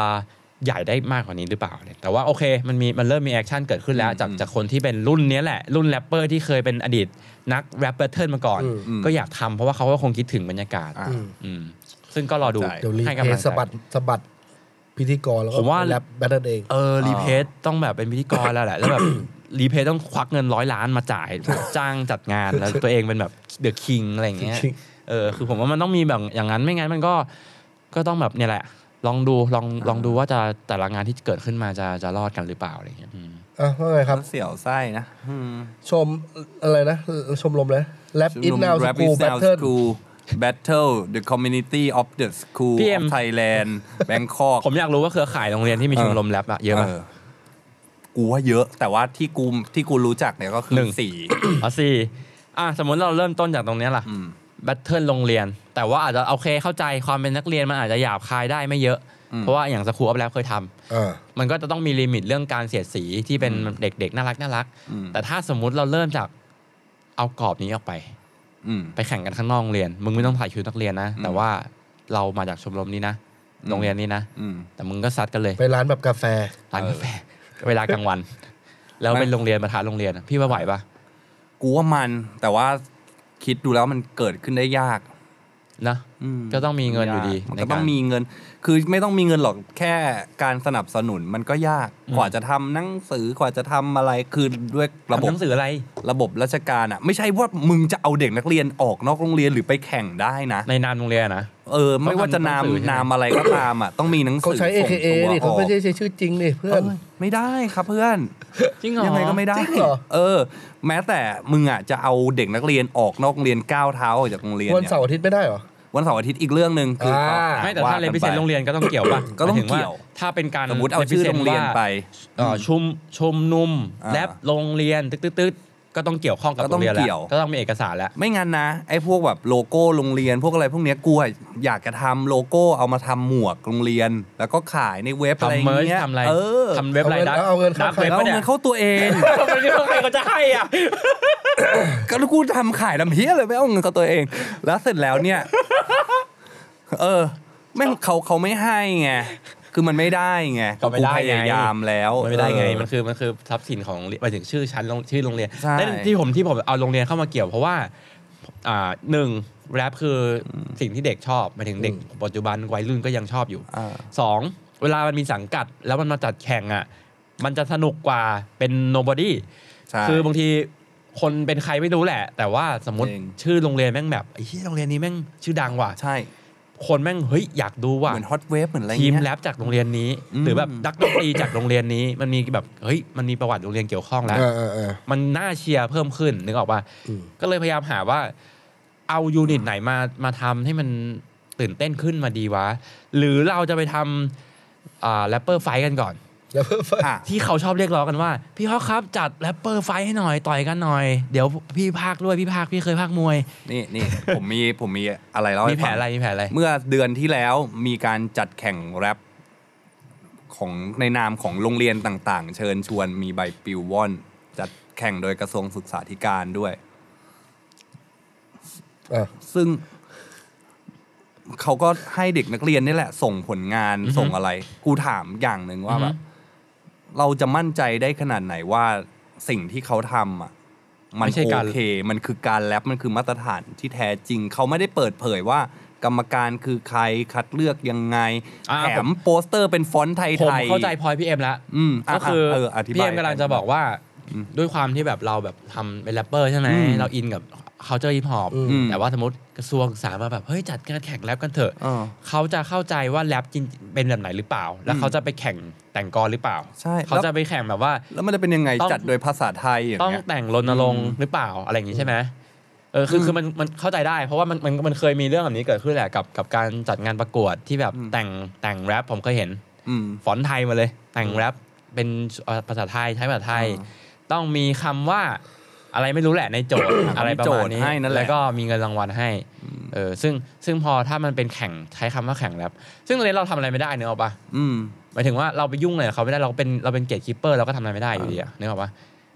[SPEAKER 4] ใหญ่ได้มากกว่านี้หรือเปล่าเนี่ยแต่ว่าโอเคมันมีมันเริ่มมีแอคชั่นเกิดขึ้นแล้ว
[SPEAKER 6] อืม
[SPEAKER 4] จาก
[SPEAKER 6] อืม
[SPEAKER 4] จากคนที่เป็นรุ่นเนี้ยแหละ รุ่นแรปเปอร์ที่เคยเป็นอดีตนักแรปแบทเทิลมาก่อน
[SPEAKER 5] อืม
[SPEAKER 6] อืม
[SPEAKER 4] ก็อยากทำเพราะว่าเขาก็คงคิดถึงบรรยากาศ
[SPEAKER 6] อ่ะ
[SPEAKER 5] อืม
[SPEAKER 4] อืม ซึ่งก็รอดู
[SPEAKER 6] เข้าใจ
[SPEAKER 5] เดี๋ยวรี
[SPEAKER 4] ให้
[SPEAKER 5] เพ
[SPEAKER 4] กำลั
[SPEAKER 5] จ
[SPEAKER 4] ง
[SPEAKER 5] สะ
[SPEAKER 4] ใจ
[SPEAKER 5] บัดสะบัดพิธีกรแล้วก็
[SPEAKER 4] ผมว่า
[SPEAKER 5] แรปแบทเทิลเอง
[SPEAKER 4] เออรีเพจต้องแบบเป็นพิธีกรแล้วแหละ แล้วแบบ รีเพจต้องควักเงินร้อยล้านมาจ่าย จ้างจัดงาน แล้วตัวเองเป็นแบบเดอะคิงอะไรอย่างเงี้ย
[SPEAKER 5] King
[SPEAKER 4] เออคือผมว่ามันต้องมีแบบอย่างนั้นไม่งั้นมันก็ก็ต้องแบบเนี่ยแหละ ลองดูลองลองดูว่าจะแต่ละงานที่เกิดขึ้นมาจะจะรอดกันหรือเปล่าอะไรอย่างเงี้ยอืม
[SPEAKER 5] อ่ะว่าไงครับ
[SPEAKER 6] เสี่ยวไส้นะอืม
[SPEAKER 5] ชมอะไรนะ ชมรมเลยแรปอินนาวสกูแบทเทิล
[SPEAKER 6] Battle the community of the school
[SPEAKER 4] พี่เอ็
[SPEAKER 6] of
[SPEAKER 4] ม
[SPEAKER 6] Thailand Bangkok
[SPEAKER 4] ผมอยากรู้ว่าเครือข่ายโรงเรียนที่มีชมรมแรปอะเยอะปะ
[SPEAKER 6] ออกูว่าเยอะ แต่ว่าที่กูที่กูรู้จักเนี่ยก็คื
[SPEAKER 4] หนึ่
[SPEAKER 6] อง สี่
[SPEAKER 4] เอาสิอ่ะสมมติเราเริ่มต้นจากตรงเนี้ยล่ะ
[SPEAKER 6] อืม
[SPEAKER 4] แบทเทิลโรงเรียน แต่ว่าอาจจะโอเคเข้าใจความเป็นนักเรียนมันอาจจะหยาบคายได้ไม่เยอะ
[SPEAKER 6] อืม
[SPEAKER 4] เพราะว่าอย่างสครูอัพแล้วเคยทำ
[SPEAKER 5] อ่า
[SPEAKER 4] มันก็จะต้องมีลิมิตเรื่องการเสียดสีที่เป็นเด็กๆ น่ารักน่ารัก
[SPEAKER 6] อืม
[SPEAKER 4] แต่ถ้าสมมุติเราเริ่มจากเอากรอบนี้ออกไป
[SPEAKER 6] อืม
[SPEAKER 4] ไปแข่งกันข้างนอกโรงเรียน มึงไม่ต้องถ่ายชุดนักเรียนนะ
[SPEAKER 6] อืม
[SPEAKER 4] แต่ว่าเรามาจากชมรมนี้นะ
[SPEAKER 6] อืม
[SPEAKER 4] โรงเรียนนี้นะ
[SPEAKER 6] อืม
[SPEAKER 4] แต่มึงก็ซัดกันเลย
[SPEAKER 5] ไปร้านแบบกาแฟ
[SPEAKER 4] ร้านกาแฟเวลากลางวัน แล้ว
[SPEAKER 6] ไม่
[SPEAKER 4] เป็นโรงเรียนประธานโรงเรียนอะพี่ว่าไหวปะ
[SPEAKER 6] กูว่ามัน แต่ว่าคิดดูแล้วมันเกิดขึ้นได้ยาก
[SPEAKER 4] นะ
[SPEAKER 6] อืม
[SPEAKER 4] ก็ต้องมีเงินอยู่ดี
[SPEAKER 6] มัน
[SPEAKER 4] ใน
[SPEAKER 6] ก็
[SPEAKER 4] การ
[SPEAKER 6] ต้องมีเงิน คือไม่ต้องมีเงินหรอกแค่การสนับสนุนมันก็ยาก
[SPEAKER 4] อืม
[SPEAKER 6] กว่าจะทำหนังสือกว่าจะทำอะไรคือด้วยระบ
[SPEAKER 4] ทำห
[SPEAKER 6] บ
[SPEAKER 4] นังสืออะไร
[SPEAKER 6] ระบบราชการอ่ะ ไม่ใช่ว่ามึงจะเอาเด็กนักเรียนออกนอกโรงเรียนหรือไปแข่งได้นะ
[SPEAKER 4] ในนามโรงเรียนอะนะ
[SPEAKER 6] เออ ไม่ว่าจะนาม
[SPEAKER 4] ต้องทำหนังสือใช่ไหม
[SPEAKER 6] นามอะไรก็ตามอ่ะ ต้องมีหนัง
[SPEAKER 5] เขา
[SPEAKER 6] สือ
[SPEAKER 5] ใช้
[SPEAKER 6] ส่ง
[SPEAKER 5] AKA
[SPEAKER 6] ตัว
[SPEAKER 5] นี่เขาไม่
[SPEAKER 6] ออก
[SPEAKER 5] ใช่ใช้ชื่อจริงนี่เพื่อน
[SPEAKER 6] เอ้ยไม่ได้ครับเพื่อน
[SPEAKER 4] จริงเหรอ
[SPEAKER 6] ยังไงก็ไม่ได้
[SPEAKER 5] จริงเหรอ
[SPEAKER 6] เออ แม้แต่มึงอ่ะจะเอาเด็กนักเรียนออกนอกโรงเรียนก้าวเท้าออกจากโรงเรียน
[SPEAKER 5] วัน
[SPEAKER 6] เนี่ย
[SPEAKER 5] เสาร์อาทิตย์ไม่ได้เหรอ
[SPEAKER 6] วันเสาร์อาทิตย์อีกเรื่องหนึ่งคือ
[SPEAKER 5] อ่า
[SPEAKER 6] ก็
[SPEAKER 4] ไม่แต่ถ้า
[SPEAKER 6] ว่
[SPEAKER 4] เล
[SPEAKER 6] กั
[SPEAKER 4] พิเศษ
[SPEAKER 6] ไป
[SPEAKER 4] โรงเรียนก็ต้องเกี่ยวป่ะ
[SPEAKER 6] ก็ต้อง
[SPEAKER 4] หมายถึ
[SPEAKER 6] เกี่ยว
[SPEAKER 4] ถ้าเป็นการ
[SPEAKER 6] สมมติเอาชื่อโรงเรียนไป
[SPEAKER 4] เอ่อชุมชุมนุม
[SPEAKER 6] อ่า
[SPEAKER 4] และโรงเรียนตึ๊ดตึ๊ดๆก็ต้องเกี่ยวข้องกับ
[SPEAKER 6] ก็
[SPEAKER 4] โร
[SPEAKER 6] ต้อง
[SPEAKER 4] งเรียนแล้
[SPEAKER 6] เกี่ยว ว
[SPEAKER 4] ก็ต้องมีเอกสารแล้ว
[SPEAKER 6] ไม่งั้นนะ ไอ้พวกแบบโลโก้โรงเรียน พวกอะไรพวกเนี้ยกลัวอยากจะทำโลโก้เอามาทำหมวกโรงเรียน แล้วก็ขายในเว็บอะไรอ
[SPEAKER 4] ทำ
[SPEAKER 6] ย่าง
[SPEAKER 4] เมอร์ช
[SPEAKER 6] เงี้ย
[SPEAKER 4] ทำอะไร
[SPEAKER 6] เออ
[SPEAKER 4] ทำเว็บรายได้
[SPEAKER 5] เอาเงิน
[SPEAKER 4] ดั
[SPEAKER 5] เข้า
[SPEAKER 4] กเว็บ
[SPEAKER 6] แล้ว
[SPEAKER 4] ปะ
[SPEAKER 6] เอา
[SPEAKER 4] เนี่ย
[SPEAKER 6] เงินเข้าตัวเอง
[SPEAKER 4] ทำไมไม่รู้ใครก็จะให้อ่ะ
[SPEAKER 6] ก็แล้วกูทำขายลำเฮียเลยไม่เอาเงินเขาตัวเอง แล้วเสร็จแล้ว เนี่ย เออแม่งเขาเขาไม่ให้ไงคือมันไม่ได้ไง
[SPEAKER 4] ก็ไม่ได้
[SPEAKER 6] พ
[SPEAKER 4] ไง
[SPEAKER 6] ยายามแล้ว
[SPEAKER 4] มันไม่ได้ไง
[SPEAKER 6] เออ
[SPEAKER 4] มันคือมันคือทรัพย์สินของโรงเรียนหมายถึงชื่อชั้นโรงชื่อโรงเรียน
[SPEAKER 6] ใช่
[SPEAKER 4] นั่นที่ผมที่ผมเอาโรงเรียนเข้ามาเกี่ยวเพราะว่าอ่าหนึ่งแรปคือสิ่งที่เด็กชอบหมายถึงเด็กปัจจุบันวัยรุ่นก็ยังชอบอยู่
[SPEAKER 6] อ่า
[SPEAKER 4] สองเวลามันมีสังกัดแล้วมันมาจัดแข่งอ่ะ มันจะสนุกกว่าเป็น nobody
[SPEAKER 6] ใช่
[SPEAKER 4] คือบางทีคนเป็นใครไม่รู้แหละ แต่ว่าสมมติ
[SPEAKER 6] จริง
[SPEAKER 4] ชื่อโรงเรียนแม่งแบบไอ้ที่โรงเรียนนี้แม่งชื่อดังว่ะ
[SPEAKER 6] ใช่
[SPEAKER 4] คนแม่งเฮ้ยอยากดูว่ะ
[SPEAKER 6] เหมือนฮอตเวฟเหมือนอะไร
[SPEAKER 4] ทีม
[SPEAKER 6] เงี้ย
[SPEAKER 4] แรปจากโรงเรียนนี้
[SPEAKER 6] อืม
[SPEAKER 4] หรือแบบนักดนตรีจากโรงเรียนนี้ มันมีแบบเฮ้ยมันมีประวัติโรงเรียนเกี่ยวข้องแล้ว
[SPEAKER 5] เออเออเออ
[SPEAKER 4] มันน่าเชียร์เพิ่มขึ้นนึกออกป่ะ
[SPEAKER 5] อืม
[SPEAKER 4] ก็เลยพยายามหาว่า เอายูนิตไหนมามาทำให้มันตื่นเต้นขึ้นมาดีวะ หรือเราจะไปทำอ่าแรปเปอร์ไฟกันก่อน
[SPEAKER 5] แล้วเพื่อนฟัง
[SPEAKER 6] อ่ะ
[SPEAKER 4] ที่เขาชอบเรียกร้องกันว่า พี่ฮอกครับจัดแรปเปอร์ไฟให้หน่อย ต่อยกันหน่อย เดี๋ยวพี่ภาคด้วยพี่ภาคพี่เคยภาคมวย
[SPEAKER 6] นี่นี่ ผมมีผมมีอะไรเล่า
[SPEAKER 4] มี
[SPEAKER 6] ให้
[SPEAKER 4] แผ
[SPEAKER 6] ฟั
[SPEAKER 4] น
[SPEAKER 6] ง
[SPEAKER 4] อะไรมีแผนอะไร
[SPEAKER 6] เมื่อเดือนที่แล้วมีการจัดแข่งแรปของในนามของโรงเรียนต่าง ๆ เชิญชวนมีใบปลิวว่อนจัด แข่งโดยกระทรวงศึกษาธิการด้วย
[SPEAKER 5] อ่ะ
[SPEAKER 6] ซึ่ง เขาก็ให้เด็กนักเรียนนี่แหละ ส่งผลงานส่งอะไร กูถามอย่างหนึ่งว่า
[SPEAKER 4] อือฮึ
[SPEAKER 6] แบบเราจะมั่นใจได้ขนาดไหนว่าสิ่งที่เขาทำอ่ะ มัน
[SPEAKER 4] ไม่ใช่
[SPEAKER 6] โอ
[SPEAKER 4] การ
[SPEAKER 6] เค มันคือการแรปมันคือมาตรฐานที่แท้จริง เขาไม่ได้เปิดเผยว่า กรรมการคือใครคัดเลือกยังไง
[SPEAKER 4] อ่า
[SPEAKER 6] แถ
[SPEAKER 4] ผม ม
[SPEAKER 6] โปสเตอร์เป็นฟอนต์ไทย
[SPEAKER 4] ผม
[SPEAKER 6] ไทย
[SPEAKER 4] เข้าใจพอยพี่เอ็มละ
[SPEAKER 6] อืมะ
[SPEAKER 4] ก็คือ
[SPEAKER 6] เอออธิบาย
[SPEAKER 4] พี่เอ็มกำลังจะบอกว่าด้วยความที่แบบเราแบบทำเป็นแรปเปอร์ใช่ไหม
[SPEAKER 6] อืม
[SPEAKER 4] เราอินกับเขาเจอฮิปฮอป
[SPEAKER 5] อืม
[SPEAKER 6] อืม
[SPEAKER 4] แต่ว่าสมมติกระทรวงศึกษามาแบบเฮ้ยจัดการแข่งแรปกันเถอะ
[SPEAKER 6] อ่า
[SPEAKER 4] เขาจะเข้าใจว่าแรปจริงเป็นแบบไหนหรือเปล่า แล้วเขาจะไปแข่งแต่งกรหรือเปล่า
[SPEAKER 6] ใช่
[SPEAKER 4] เขา
[SPEAKER 6] แล้ว
[SPEAKER 4] จะไปแข่งแบบว่า
[SPEAKER 6] แล้วมันจะเป็นยังไง
[SPEAKER 4] ต้อง
[SPEAKER 6] จัดโดยภาษาไทยอย่าง
[SPEAKER 4] ต้อง
[SPEAKER 6] เงี้ย
[SPEAKER 4] แต่งรณรงค์หรือเปล่าอะไรอย่างนี้ใช่ไหมเออคือคือมันมันเข้าใจได้ เพราะว่ามันมันมันเคยมีเรื่องแบบนี้เกิดขึ้นแหละกับกับการจัดงานประกวดที่แบบ
[SPEAKER 6] อืม
[SPEAKER 4] แต่งแต่งแรปผมเคยเห็น
[SPEAKER 6] อืม
[SPEAKER 4] ฟอนต์ไทยมาเลย แต่งแรปเป็นเอ่อภาษาไทยใช้ภาษาไทย
[SPEAKER 6] อ่
[SPEAKER 4] ต้องมีคำว่าอะไรไม่รู้แหละในโจทย์ อะไรประมาณนี้
[SPEAKER 6] มีโจทย์ให้นั่นแหละ
[SPEAKER 4] แล้วก็มีเงินรางวัลให้เออซึ่งซึ่งพอถ้ามันเป็นแข่งใช้คำว่าแข่งแรปซึ่งตรงนี้เราทำอะไรไม่ได้เนกอะปะ
[SPEAKER 6] อืม
[SPEAKER 4] หมายถึงว่าเราไปยุ่งอะไรกับเขาไม่ได้เราเป็นเราเป็นเกตคิปเปอร์เราก็ทำอะไรไม่ได้อยู่ดีอะนึกออกปะ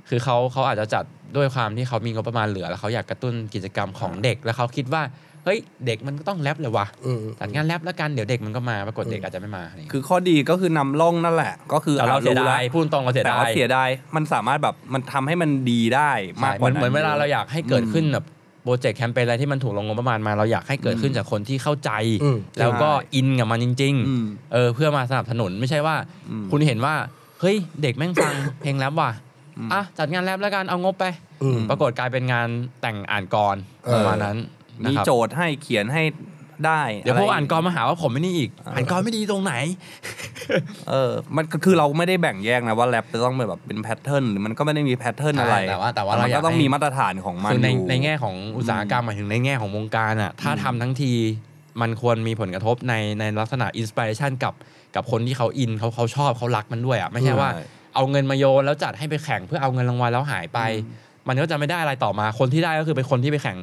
[SPEAKER 4] คือเขาเขาอาจจะจัดด้วยความที่เขามีงบประมาณเหลือ แล้วเขาอยากกระตุ้นกิจกรรมของเด็กแล้วเขาคิดว่าเฮ้ยเด็กมันก็ต้องแรปเลยวะ
[SPEAKER 5] อืม
[SPEAKER 4] จัดงานแรปแล้วกันเดี๋ยวเด็กมันก็มาปรากฏเด็กอาจจะไม่มาะไรย่างเงี้ย
[SPEAKER 6] คือข้อดีก็คือนำล่องนั่นแหละ ก็คือ
[SPEAKER 4] แต่เรา
[SPEAKER 6] อ่ะ
[SPEAKER 4] เสียดา
[SPEAKER 6] รู้แล้
[SPEAKER 4] ยว พูดตรงเราเสีย
[SPEAKER 6] แต่
[SPEAKER 4] ดา
[SPEAKER 6] ว่าย เสียดายมันสามารถแบบมันทำให้มันดีได้มากก
[SPEAKER 4] เหมือ
[SPEAKER 6] ว่า
[SPEAKER 4] นเหมือนเวลาเรา
[SPEAKER 6] อยา
[SPEAKER 4] อ
[SPEAKER 6] ก
[SPEAKER 4] ยากให้เกิดขึ้นแบบโปรเจกต์แคมเปญอะไรที่มันถูกลงงบประมาณมาเราอยากให้เกิดขึ้นจากคนที่เข้าใจ
[SPEAKER 5] อืม
[SPEAKER 4] แล้วก็
[SPEAKER 6] ใช่
[SPEAKER 4] อินกับมันจริง ๆ
[SPEAKER 6] อืม
[SPEAKER 4] เออเพื่อมาสนับสนุนไม่ใช่ว่า
[SPEAKER 6] อืม
[SPEAKER 4] คุณเห็นว่า เฮ้ย เด็กแม่งฟัง เพลงแรปว่ะอ่ะ จัดงานแรปแล้วกันเอางบไป
[SPEAKER 5] อืม
[SPEAKER 4] ปรากฏกลายเป็นงานแต่งอ่านกร
[SPEAKER 5] เออ
[SPEAKER 4] ประมาณนั้นนะ
[SPEAKER 6] มี
[SPEAKER 4] ครับ
[SPEAKER 6] โจทย์ให้เขียนให้ได้
[SPEAKER 4] เดี๋ยวพวกอ่านกร
[SPEAKER 6] ม
[SPEAKER 4] มาหาว่าผมไม่นี่อีก อ่านกรไม่ดีตรงไหน
[SPEAKER 6] เออ มันก็คือเราไม่ได้แบ่งแยกนะว่าแรปจะต้องแบบเป็นแพทเทิร์นหรือมันก็ไม่ได้มีแพทเทิร์นอะไร
[SPEAKER 4] ใช่แต่ว่าแต่ว่าเรา
[SPEAKER 6] น
[SPEAKER 4] อยาก
[SPEAKER 6] ก็ต้อง
[SPEAKER 4] ให้
[SPEAKER 6] มีมาตรฐานของมัน
[SPEAKER 4] คือใน
[SPEAKER 6] อยู่
[SPEAKER 4] ในแง่ของอุตสาหกรรมหมายถึงในแง่ของวงการอ่ะถ้าทำทั้งทีมันควรมีผลกระทบในในลักษณะอินสปิเรชันกับกับคนที่เขาอินเขาเขาชอบเขารักมันด้วยอ่ะไม่ใช่ว่า
[SPEAKER 6] ใช่
[SPEAKER 4] เอาเงินมาโยนแล้วจัดให้ไปแข่งเพื่อเอาเงินรางวัลแล้วหายไป มันก็จะไม่ได้อะไรต่อมาคนที่ได้ก็คือเป็นคนที่ไปแข่ง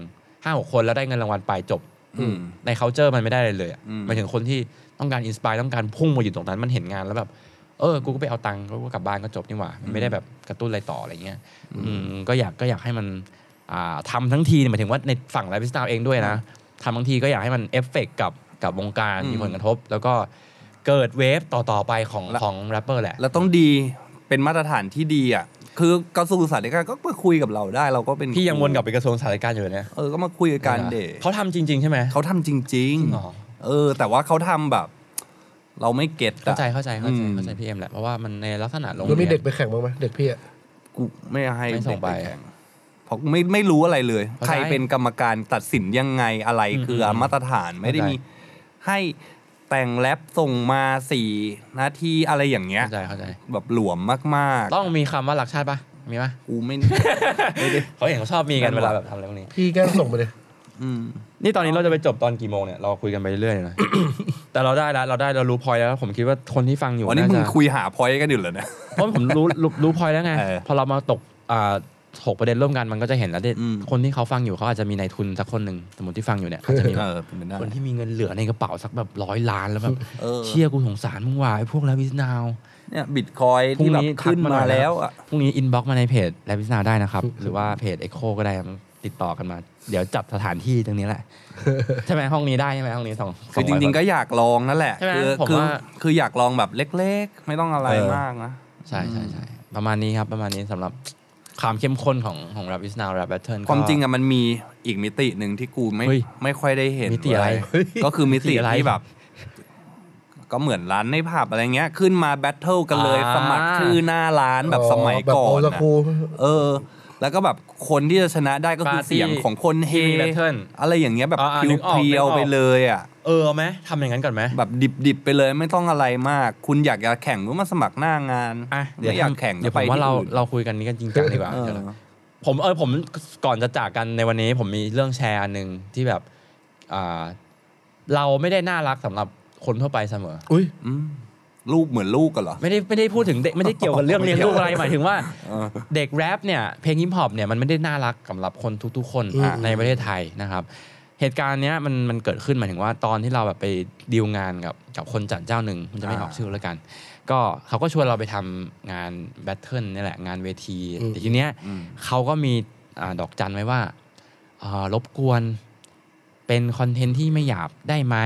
[SPEAKER 4] ห้าหกคนแล้วได้เงินรางวัลไปจบ
[SPEAKER 6] อืม
[SPEAKER 4] ใน c u เจอร์มันไม่ได้เลยเลยอะ
[SPEAKER 6] อืม
[SPEAKER 4] หมายถึงคนที่ต้องการอินสปายต้องการพุ่งมาอยู่ตรงนั้นมันเห็นงานแล้วแบบเออกูก็ไปเอาตังค์กูก็กลับบ้านก็จบนี่หว่ามันไม่ได้แบบกระตุ้นอะไรต่ออะไรเงี้ย อืมก็อยากก็อยากให้มันอ่าทำาทั้งทีเนี่ยหมายถึงว่าในฝั่งไลฟ์สไตล์เองด้วยนะทำทั้งทีก็อยากให้มันเอฟเฟกต์กับกับวงการ
[SPEAKER 6] อืม
[SPEAKER 4] มีผลกระทบ แล้วก็เกิดเวฟต่อ ๆ ไปของ
[SPEAKER 6] แล้ว
[SPEAKER 4] ของแรปเปอร์แหละ
[SPEAKER 6] แล้วต้องดีเป็นมาตรฐานที่ดีอ่ะ คือกระทรวงศึกษาธิการก็มาคุยกับเราได้ เราก็เป็น
[SPEAKER 4] พี่ยังวนกลับไปกระทรวงสาธารณการอยู่เลยนะ
[SPEAKER 6] เออก็มาคุยกับการเดท
[SPEAKER 4] เขาทำจริง ๆ ใช่ไหม
[SPEAKER 6] เขาทำจริง
[SPEAKER 4] จริงเหรอ
[SPEAKER 6] ๆ เออ แต่ว่าเขาทำแบบ เราไม่เก็ตอะ
[SPEAKER 4] เข้าใจเข้าใจเข้าใจ
[SPEAKER 6] อืม
[SPEAKER 4] เข้าใจพี่เอ็มแหละเพราะว่ามันในลักษณะโรง
[SPEAKER 5] แล้ว
[SPEAKER 4] เรี
[SPEAKER 5] มี
[SPEAKER 4] ย
[SPEAKER 5] เด็ก
[SPEAKER 4] น
[SPEAKER 5] ไปแข่งบ้างไหมเด็กพี่อะ
[SPEAKER 6] กูไม่ให้
[SPEAKER 4] ไม่ส่งไป
[SPEAKER 6] เด็กแข่เพราะไม่ไม่รู้อะไรเลย
[SPEAKER 4] เข้าใจ
[SPEAKER 6] ใครเป็นกรรมการตัดสินยังไงอะไร
[SPEAKER 4] อืม
[SPEAKER 6] คือ
[SPEAKER 4] ม
[SPEAKER 6] มาตรฐานไม่ได้
[SPEAKER 4] เข้าใจ
[SPEAKER 6] มีให้แต่งแรปส่งมาสี่นาทีอะไรอย่างเงี้ย
[SPEAKER 4] เข้าใจเข้าใจ
[SPEAKER 6] แบบหลวมมาก
[SPEAKER 4] ต้องมีคำว่าหลักชาติปะมีปะ
[SPEAKER 6] ๆ กูไม่ ไม่ได้
[SPEAKER 4] เขาเห็นเขาชอบมีกันเวลาแบบทำอะไรพวกนี้
[SPEAKER 5] พี่แก้วส่งไปเลย
[SPEAKER 6] อืม
[SPEAKER 4] นี่ตอนนี้เราจะไปจบตอนกี่โมงเนี่ยเราคุยกันไปเรื่อย ๆนะ แต่เราได้แล้วเราได้เรารู้พอยแล้วผมคิดว่าคนที่ฟังอยู่
[SPEAKER 6] วันนี้มึ
[SPEAKER 4] า
[SPEAKER 6] ง
[SPEAKER 4] จะ
[SPEAKER 6] คุยหาพอยต์กันอยู่เหรอเนี่ย
[SPEAKER 4] เพราะผมรู้รู้รู้พอยแล้วไง
[SPEAKER 6] เออ
[SPEAKER 4] พอเรามาตกอ่าถกประเด็นร่วมกันมันก็จะเห็นแล้วเด็
[SPEAKER 6] อืม
[SPEAKER 4] คนที่เขาฟังอยู่เขาอาจจะมีนายทุนสักคนหนึ่งสมมติที่ฟังอยู่เนี่ยอาจจะมี
[SPEAKER 6] เออเป็นไปได้
[SPEAKER 4] คนที่มีเงินเหลือในกระเป๋าสักแบบร้อยล้านแล้วแบบ
[SPEAKER 6] เออ
[SPEAKER 4] เชี่ยกูสงสารมึงว่ะไอ้พวกแล้วิสนาว
[SPEAKER 6] เนี่ยบิตคอยน์
[SPEAKER 4] พรุ่
[SPEAKER 6] ที่
[SPEAKER 4] ง
[SPEAKER 6] แบบ
[SPEAKER 4] นี้
[SPEAKER 6] ขึ้น
[SPEAKER 4] ทักมาหน่อ
[SPEAKER 6] มา
[SPEAKER 4] ยนะ
[SPEAKER 6] แล้วอ่ะ
[SPEAKER 4] พรุ่งนี้อินบ็อกมาในเพจแล้วิสนาวได้ นะครับ หรือว่าเพจเอ็กโคก็ได้ติดต่อกันมา เดี๋ยวจัดสถานที่ตรงนี้แหละ ใช่ไหมห้องนี้ได้ใช่ไหมห้องนี้สอง
[SPEAKER 6] คือจริงๆ
[SPEAKER 4] ก็
[SPEAKER 6] ก็อยากลองนั่นแหละ
[SPEAKER 4] ใช่ไหม
[SPEAKER 6] คื
[SPEAKER 4] ผม
[SPEAKER 6] คือ
[SPEAKER 4] ว่า
[SPEAKER 6] คืออยากลองแบบเล็กๆ ไม่ต้องอะไร
[SPEAKER 4] เออ
[SPEAKER 6] มากนะ
[SPEAKER 4] ใช่ใช่ใช่ประมาณนี้ครับประมาณนี้สำหรับความเข้มข้นของของแรปวิสนาวแรปแบทเทิล
[SPEAKER 6] ความจริงอะมันมีอีกมิติหนึ่งที่กูไม่
[SPEAKER 4] เฮ้ย
[SPEAKER 6] ไม่ค่อยได้เห็น
[SPEAKER 4] มิติอะไร
[SPEAKER 6] เว้ยก็คือมิติ
[SPEAKER 4] มิติอะไร
[SPEAKER 6] ที่แบบ ก็เหมือนร้านในผับอะไรเงี้ย ขึ้นมาแบทเทิลกันเลย
[SPEAKER 4] อ่า
[SPEAKER 6] สมัครชื่อหน้าร้านแบบสมัย
[SPEAKER 5] แบบ
[SPEAKER 6] ก่อ
[SPEAKER 5] โอน ลา
[SPEAKER 6] อะ
[SPEAKER 5] คู
[SPEAKER 6] เออ แล้วก็แบบคนที่จะชนะได้ก็คือเสียงของคนเฮ
[SPEAKER 4] แบทเทิล
[SPEAKER 6] อะไรอย่างเงี้ยแบบ
[SPEAKER 4] อ่าๆนึกออกนึ
[SPEAKER 6] เพี
[SPEAKER 4] ก
[SPEAKER 6] ย
[SPEAKER 4] ออ
[SPEAKER 6] ว
[SPEAKER 4] ก
[SPEAKER 6] ๆไปเลยอ่ะ
[SPEAKER 4] เออเอาไหมทำอย่างนั้นก่อนไหม
[SPEAKER 6] แบบดิบๆไปเลยไม่ต้องอะไรมาก คุณอยากจะแข่งก็มาสมัครหน้างาน
[SPEAKER 4] อ่ะ
[SPEAKER 6] เดี๋ยวอยากแข่ง
[SPEAKER 4] เดี๋ยวผ
[SPEAKER 6] ไป
[SPEAKER 4] มว่าเรา
[SPEAKER 6] ที่อื่น
[SPEAKER 4] เราคุยกันนี้กันจริงจังดีกว่า
[SPEAKER 6] เอ
[SPEAKER 4] เดี๋ย
[SPEAKER 6] อ
[SPEAKER 4] วเราผมเออผมก่อนจะจากกันในวันนี้ ผมมีเรื่องแชร์อันหนึ่งที่แบบอ่าเราไม่ได้น่ารักสำหรับคนทั่วไปเสมอ
[SPEAKER 5] อุ้ย
[SPEAKER 6] อืมลูกเหมือนลูกกันเหรอ
[SPEAKER 4] ไม่ได้ไม่ได้พูดถึงเด็กไม่ได้เกี่ยวกับเรื่องเลี้ยงลูกอะไรหมายถึง ว่า
[SPEAKER 6] เออ
[SPEAKER 4] เด็กแรปเนี่ยเพลงฮิปฮอปเนี่ยมันไม่ได้น่ารักสำหรับคนทุกๆ คน
[SPEAKER 5] อืม
[SPEAKER 4] ในประเทศไทยนะครับ เหตุการณ์เนี้ยมันมันเกิดขึ้นหมายถึงว่าตอนที่เราแบบไปดีลงานกับกับคนจัดเจ้าหนึ่งมันจะไม่
[SPEAKER 6] อ่า
[SPEAKER 4] ออกชื่อแล้วกัน ก็เขาก็ชวนเราไปทำงานแบทเทิลนี่แหละงานเวที
[SPEAKER 5] อืม
[SPEAKER 4] แต่ทีเนี้ยเขาก็มีอาดอกจันไว้ว่าอ่ารบกวนเป็นคอนเทนต์ที่ไม่หยาบได้ไหม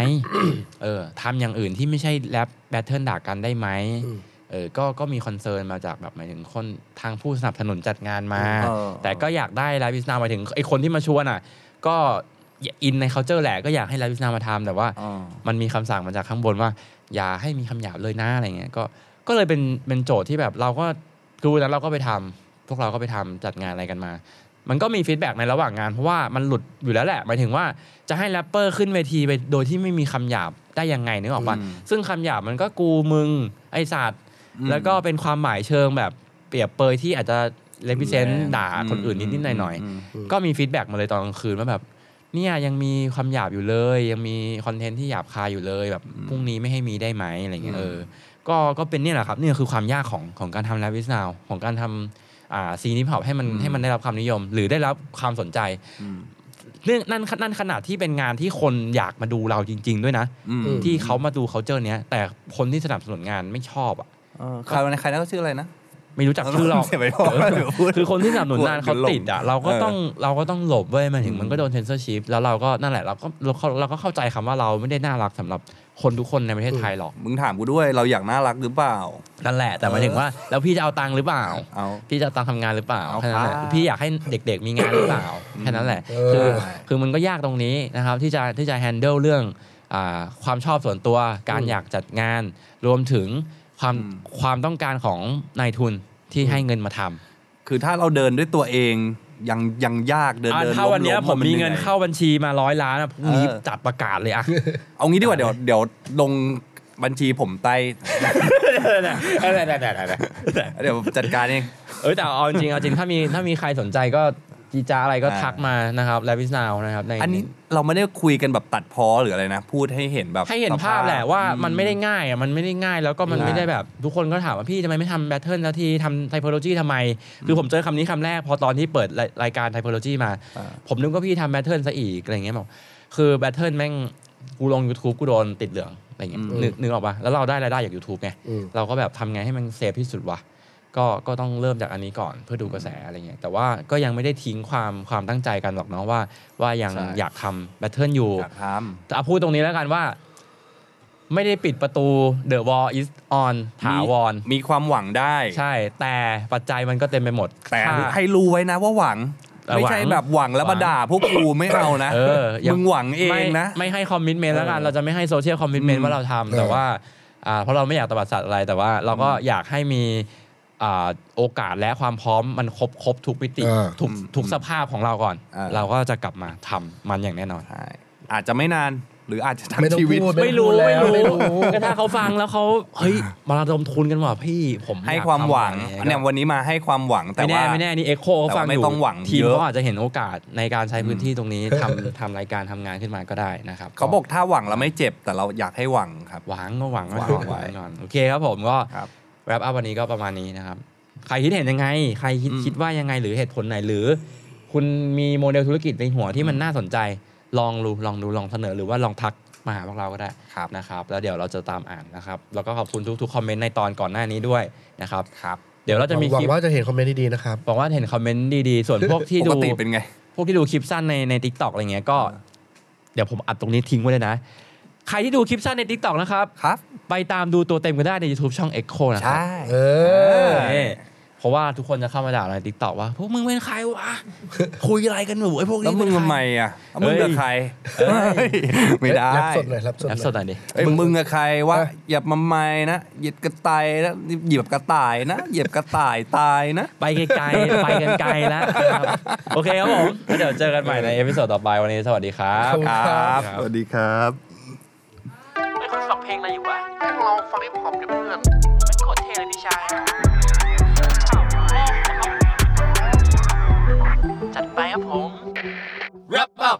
[SPEAKER 4] เออทำอย่างอื่นที่ไม่ใช่แรปแบทเทิลด่ากันได้ไหม
[SPEAKER 5] อืม
[SPEAKER 4] เออก็ก็มีคอนเซิร์นมาจากแบบหมายถึงคนทางผู้สนับสนุนจัดงานมา
[SPEAKER 6] เออ
[SPEAKER 4] แต่ก็อยากได้ไลฟ์วิสนาหมายถึงไอคนที่มาชวนอ่ะ ก็อินในเคาเจอร์แหละก็อยากให้ไลฟ์วิสนามาทำแต่ว่า
[SPEAKER 6] อ๋อ
[SPEAKER 4] มันมีคำสั่งมาจากข้างบนว่า อย่าให้มีคำหยาบเลยนะอะไรเงี้ยก็ก็เลยเป็นเป็นโจทย์ที่แบบเราก็คือวันนั้นเราก็ไปทำพวกเราก็ไปทำจัดงานอะไรกันมา มันก็มีฟีดแบ็กในระหว่างงานเพราะว่ามันหลุดอยู่แล้วแหละหมายถึงว่าจะให้แรปเปอร์ขึ้นเวทีไปโดยที่ไม่มีคำหยาบได้ยังไงนึกออกปะ
[SPEAKER 6] อืม
[SPEAKER 4] ซึ่งคำหยาบมันก็กูมึงไอสัตว์ แล้วก็เป็นความหมายเชิงแบบเปรียบเปรยที่อาจจะเลพิเซนต์ด่าคนอื่นนิดๆหน่อยๆ
[SPEAKER 6] ม
[SPEAKER 4] ก็มีฟีดแบ็กมาเลยตอนกลางคืนว่าแบบ เนี่ยยังมีความหยาบอยู่เลย ยังมีคอนเทนต์ที่หยาบคายอยู่เลยแบบพรุ่งนี้ไม่ให้มีได้ไหมอะไรเงี้ย
[SPEAKER 6] อืม
[SPEAKER 4] เออก็ก็เป็นเนี่ยแหละครับนี่คือความยากของของการทำไลฟ์วิสนาวของการทำอ่าซีนิพอปให้มันให้มันได้รับความนิยม หรือได้รับความสนใจ
[SPEAKER 6] อืม
[SPEAKER 4] เนื่องนั่นนั่นขนาดที่เป็นงานที่คนอยากมาดูเราจริง ๆ ด้วยนะ
[SPEAKER 6] อืม
[SPEAKER 5] อืม
[SPEAKER 4] ที่เขามาดูเขาเจอเนี้ยแต่คนที่สนับสนุนงานไม่ชอบอ่ะ
[SPEAKER 6] เออใครในใครนะเขาชื่ออะไรนะ
[SPEAKER 4] ไม่รู้จักชื่อหรอก
[SPEAKER 6] เสียไปพอเดี๋ยวพูด
[SPEAKER 4] คือคนที่สนับสนุนนาน
[SPEAKER 6] กลัว
[SPEAKER 4] เขาติดอ่ะ
[SPEAKER 6] เดี๋ยวหลง
[SPEAKER 4] เราก็ต้องเราก็ต้องหลบเว้ยหมันถึง
[SPEAKER 6] อืม
[SPEAKER 4] มันก็โดนเซนเซอร์ชีฟแล้วเราก็นั่นแหละเราก็เราก็เราก็เข้าใจคำว่าเราไม่ได้น่ารักสำหรับคนทุกคนในประเทศไทยหรอก
[SPEAKER 6] มึงถามกูด้วยเราอยากน่ารักหรือเปล่า
[SPEAKER 4] นั่นแหละแต่หมายถึงว่าแล้วพี่จะเอาตังค์หรือเปล่า
[SPEAKER 6] เอา
[SPEAKER 4] พี่จะเอาตังค์ทำงานหรือเปล่า
[SPEAKER 6] เอา
[SPEAKER 4] แค่นั้นแหละ
[SPEAKER 6] ครับ
[SPEAKER 4] พี่อยากให้เด็กๆมีงานหรือเปล่าแค่นั้นแหละ
[SPEAKER 5] เออ
[SPEAKER 4] คือคือมันก็ยากตรงนี้นะครับที่จะที่จะแฮนเดิลเรื่องอาความชอบส่วนตัวการอยากจัดงาน รวมถึงความ
[SPEAKER 6] อืม
[SPEAKER 4] ความต้องการของนายทุนที่ให้เงินมาทำ
[SPEAKER 6] คือถ้าเราเดินด้วยตัวเองยังยังยากเดิน
[SPEAKER 4] อ่ะ
[SPEAKER 6] เดิน
[SPEAKER 4] ถ้าวันเนี้ย
[SPEAKER 6] ล้
[SPEAKER 4] ผมมี
[SPEAKER 6] ห
[SPEAKER 4] เงิน
[SPEAKER 6] อย
[SPEAKER 4] เข้าบัญชีมาร้อยล้านอะพรุ่งนี้
[SPEAKER 6] เออ
[SPEAKER 4] จัดประกาศเลยอะ
[SPEAKER 6] เอางี้ดีกว่าเดี๋ยวเดี๋ยวลงบัญชีผมใต้ เดี๋ยวจัดการเอง
[SPEAKER 4] เอยแต่เอาจริงเอาจริงถ้ามีถ้ามีใครสนใจก็จีจ้าอะไรก็
[SPEAKER 6] อ่า
[SPEAKER 4] ทักมานะครับแลวิสนาวนะครับใน
[SPEAKER 6] อันนี้เราไม่ได้คุยกันแบบตัดพอหรืออะไรนะ พูดให้เห็นแบบ
[SPEAKER 4] ให้เห็น
[SPEAKER 6] ส
[SPEAKER 4] ภาพแหละว่า
[SPEAKER 6] อื
[SPEAKER 4] มันไม่ได้ง่ายอ่ะมันไม่ได้ง่ายแล้วก็มัน
[SPEAKER 6] อ่า
[SPEAKER 4] ไม่ได้แบบ ทุกคนก็ถามว่าพี่ทำไมไม่ทำแบทเทิลสักทีทำไทโพโลจีทำไม คือผมเจอคำนี้คำแรกพอตอนที่เปิดรายรายการไทโพโลจีมา
[SPEAKER 6] อ่า
[SPEAKER 4] ผมนึกว่าพี่ทำแบทเทิลซะอีกอะไรเงี้ยบอกคือแบทเทิลแม่งกูลง YouTube กูโดนติดเหลืองอะไรเงี้ย
[SPEAKER 5] อืม
[SPEAKER 4] นึกนึกออกปะแล้วเราได้รายได้จาก YouTube ไง
[SPEAKER 5] อืม
[SPEAKER 4] เราก็แบบทำไงให้มันเซฟที่สุดวะ ก็ก็ต้องเริ่มจากอันนี้ก่อนเพื่อดูกระแสอะไรเงี้ย แต่ว่าก็ยังไม่ได้ทิ้งความความตั้งใจกันหรอกเนาะว่า ว่ายัง
[SPEAKER 6] ใช่
[SPEAKER 4] อยากทำแบทเทิลอยู่
[SPEAKER 6] อยากท
[SPEAKER 4] แต่เอาพูดตรงนี้แล้วกันว่า ไม่ได้ปิดประตู The Wall is on
[SPEAKER 6] ำ
[SPEAKER 4] ถาวร
[SPEAKER 6] มีมีความหวังได้
[SPEAKER 4] ใช่ แต่ปัจจัยมันก็เต็มไปหมด
[SPEAKER 6] แต่
[SPEAKER 4] ค่า
[SPEAKER 6] ให้รู้ไว้นะว่าหวัง
[SPEAKER 4] เออ
[SPEAKER 6] ไม่ใช่
[SPEAKER 4] หวัง
[SPEAKER 6] แบบหวังแล้ว
[SPEAKER 4] ห
[SPEAKER 6] มา
[SPEAKER 4] วัง
[SPEAKER 6] ด่าพวกกูไม่เอานะ
[SPEAKER 4] เออยัง
[SPEAKER 6] มึงหวังเองนะ
[SPEAKER 4] ไม่ไม่ให้คอมมิชเมนต์แล้วกัน
[SPEAKER 6] เออ
[SPEAKER 4] เราจะไม่ให้โซเชียลคอมมิชเมน
[SPEAKER 6] อื
[SPEAKER 4] ต์
[SPEAKER 6] ม
[SPEAKER 4] ว่าเราทำ
[SPEAKER 5] เออ
[SPEAKER 4] แต่ว่าอ่าเพราะเราไม่อยากตบัดสัตว์อะไรแต่ว่าเราก็อยากให้มีอ่าโอกาสและความพร้อมมันครบครบทุกปิติทุกทุกสภาพของเราก่อน เราก็จะกลับมาทำมันอย่างแน่นอน
[SPEAKER 6] ใช่อาจจะไม่นานหรืออาจจะทั้ง
[SPEAKER 5] ไม่ต้อง
[SPEAKER 6] ชีวิต
[SPEAKER 5] พูด
[SPEAKER 4] ไม่รู้
[SPEAKER 5] ไม่
[SPEAKER 4] ไม่
[SPEAKER 5] รู้
[SPEAKER 4] รู้
[SPEAKER 5] แล้ว
[SPEAKER 4] ก็ถ้าเขาฟังแล้วเขาเฮ้ยมาระดมทุนกันว่ะพี่ผม
[SPEAKER 6] ให้
[SPEAKER 4] อยก
[SPEAKER 6] ความหวัง
[SPEAKER 4] ทำอะไร
[SPEAKER 6] เนี่
[SPEAKER 4] เงี้
[SPEAKER 6] ย
[SPEAKER 4] ย
[SPEAKER 6] วันนี้มาให้ความหวังแต่
[SPEAKER 4] ไม่แน่
[SPEAKER 6] ว่า
[SPEAKER 4] ไม่แน่นี่เอ็กโคเขาฟัง
[SPEAKER 6] แต่ว่าไม่
[SPEAKER 4] ยู่
[SPEAKER 6] ต้องหวัง
[SPEAKER 4] ทีม
[SPEAKER 6] เยอะ
[SPEAKER 4] เขาอาจจะเห็นโอกาสในการใช้พื้นที่ตรงนี้ทำ ทำรายการทำงานขึ้นมาก็ได้นะครับ
[SPEAKER 6] เขาบอกถ้าหวังเราไม่เจ็บแต่เราอยากให้หวังครับ
[SPEAKER 4] หวังก็หวัง
[SPEAKER 6] หวัง
[SPEAKER 4] ก่อน
[SPEAKER 6] ไว้
[SPEAKER 4] หวังก่อนโอเคครับผมก็
[SPEAKER 6] ครับ
[SPEAKER 4] wrap up วันนี้ก็ประมาณนี้นะครับ ใครคิดเห็นยังไง ใครคิด
[SPEAKER 6] อืม
[SPEAKER 4] คิดว่ายังไงหรือเหตุผลไหนหรือ คุณมีโมเดลธุรกิจในหัวที่มันน่าสนใจ ลองดูลองดูลองเสนอหรือว่าลองทักมาหาพวกเราก็ได้
[SPEAKER 6] ครับ
[SPEAKER 4] นะครับ แล้วเดี๋ยวเราจะตามอ่านนะครับ แล้วก็ขอบคุณทุกๆคอมเมนต์ในตอนก่อนหน้านี้ด้วยนะครับ
[SPEAKER 6] ครับ
[SPEAKER 4] เดี๋ยวเราจะมี
[SPEAKER 5] หวั
[SPEAKER 4] คลิ
[SPEAKER 5] ง
[SPEAKER 4] ป
[SPEAKER 5] ว่าจะเห็นคอมเมนต์ดีๆนะครับ
[SPEAKER 4] บอกว่าเห็นคอมเมนต์ดีๆ ส่วนพวกที่
[SPEAKER 6] ป
[SPEAKER 4] ดู
[SPEAKER 6] กติเป็นไง
[SPEAKER 4] พวกที่ดูคลิปสั้นในในทิกตอกอะไรเงี้ยก็
[SPEAKER 6] อ่า
[SPEAKER 4] เดี๋ยวผมอัดตรงนี้ทิ้งไว้เลยนะ ใครที่ดูคลิปสั้นในทิกตอกนะครับ
[SPEAKER 6] ครับ
[SPEAKER 4] ไปตามดูตัวเต็มก็ได้ใน YouTube ช่อง Echo นะครั
[SPEAKER 6] ใช่
[SPEAKER 4] บ
[SPEAKER 5] เออ
[SPEAKER 4] เออเพราะว่าทุกคนจะเข้ามาด่าเราในทิกตอกว่า พวกมึงเป็นใครวะ คุยอะไรกันหนูไอ้พวก
[SPEAKER 6] แล้
[SPEAKER 4] นี้
[SPEAKER 6] วมึ
[SPEAKER 4] เป็
[SPEAKER 6] ง
[SPEAKER 4] น
[SPEAKER 6] ทำ
[SPEAKER 4] ใคร
[SPEAKER 6] ไมอ่ะแล้วมึงกับใครเฮ้ยไม่ได้
[SPEAKER 5] รับสดหน่อยรับสดห
[SPEAKER 4] แอ
[SPEAKER 5] น่
[SPEAKER 4] ปสดห
[SPEAKER 5] อย
[SPEAKER 4] น่อยดิ
[SPEAKER 6] เอ้ยมึงกับใครว่า
[SPEAKER 5] เออ
[SPEAKER 6] เหยียบมาไม่นะเหยียบกระต่ายนะเหยียบกระต่ายนะเหยียบกระต่ายตายนะ
[SPEAKER 4] ไปไกลๆ ไปกันไกลแล้ว นะครับโอเคครับผมแล้วเดี๋ยวเจอกันใหม่ในเอพิโซดต่อไปวันนี้สวัสดีครับ
[SPEAKER 5] ขอบคุณครับ
[SPEAKER 6] สวัสดีครับ
[SPEAKER 2] ไม่คุณฟังเพลงอะไรอยู่วะ
[SPEAKER 3] แม่งลองฟังฮิปฮอปดิเพื่อน
[SPEAKER 2] ไม่โคตรเท่เลยพี่ชาย จัดไปครับผม
[SPEAKER 4] wrap up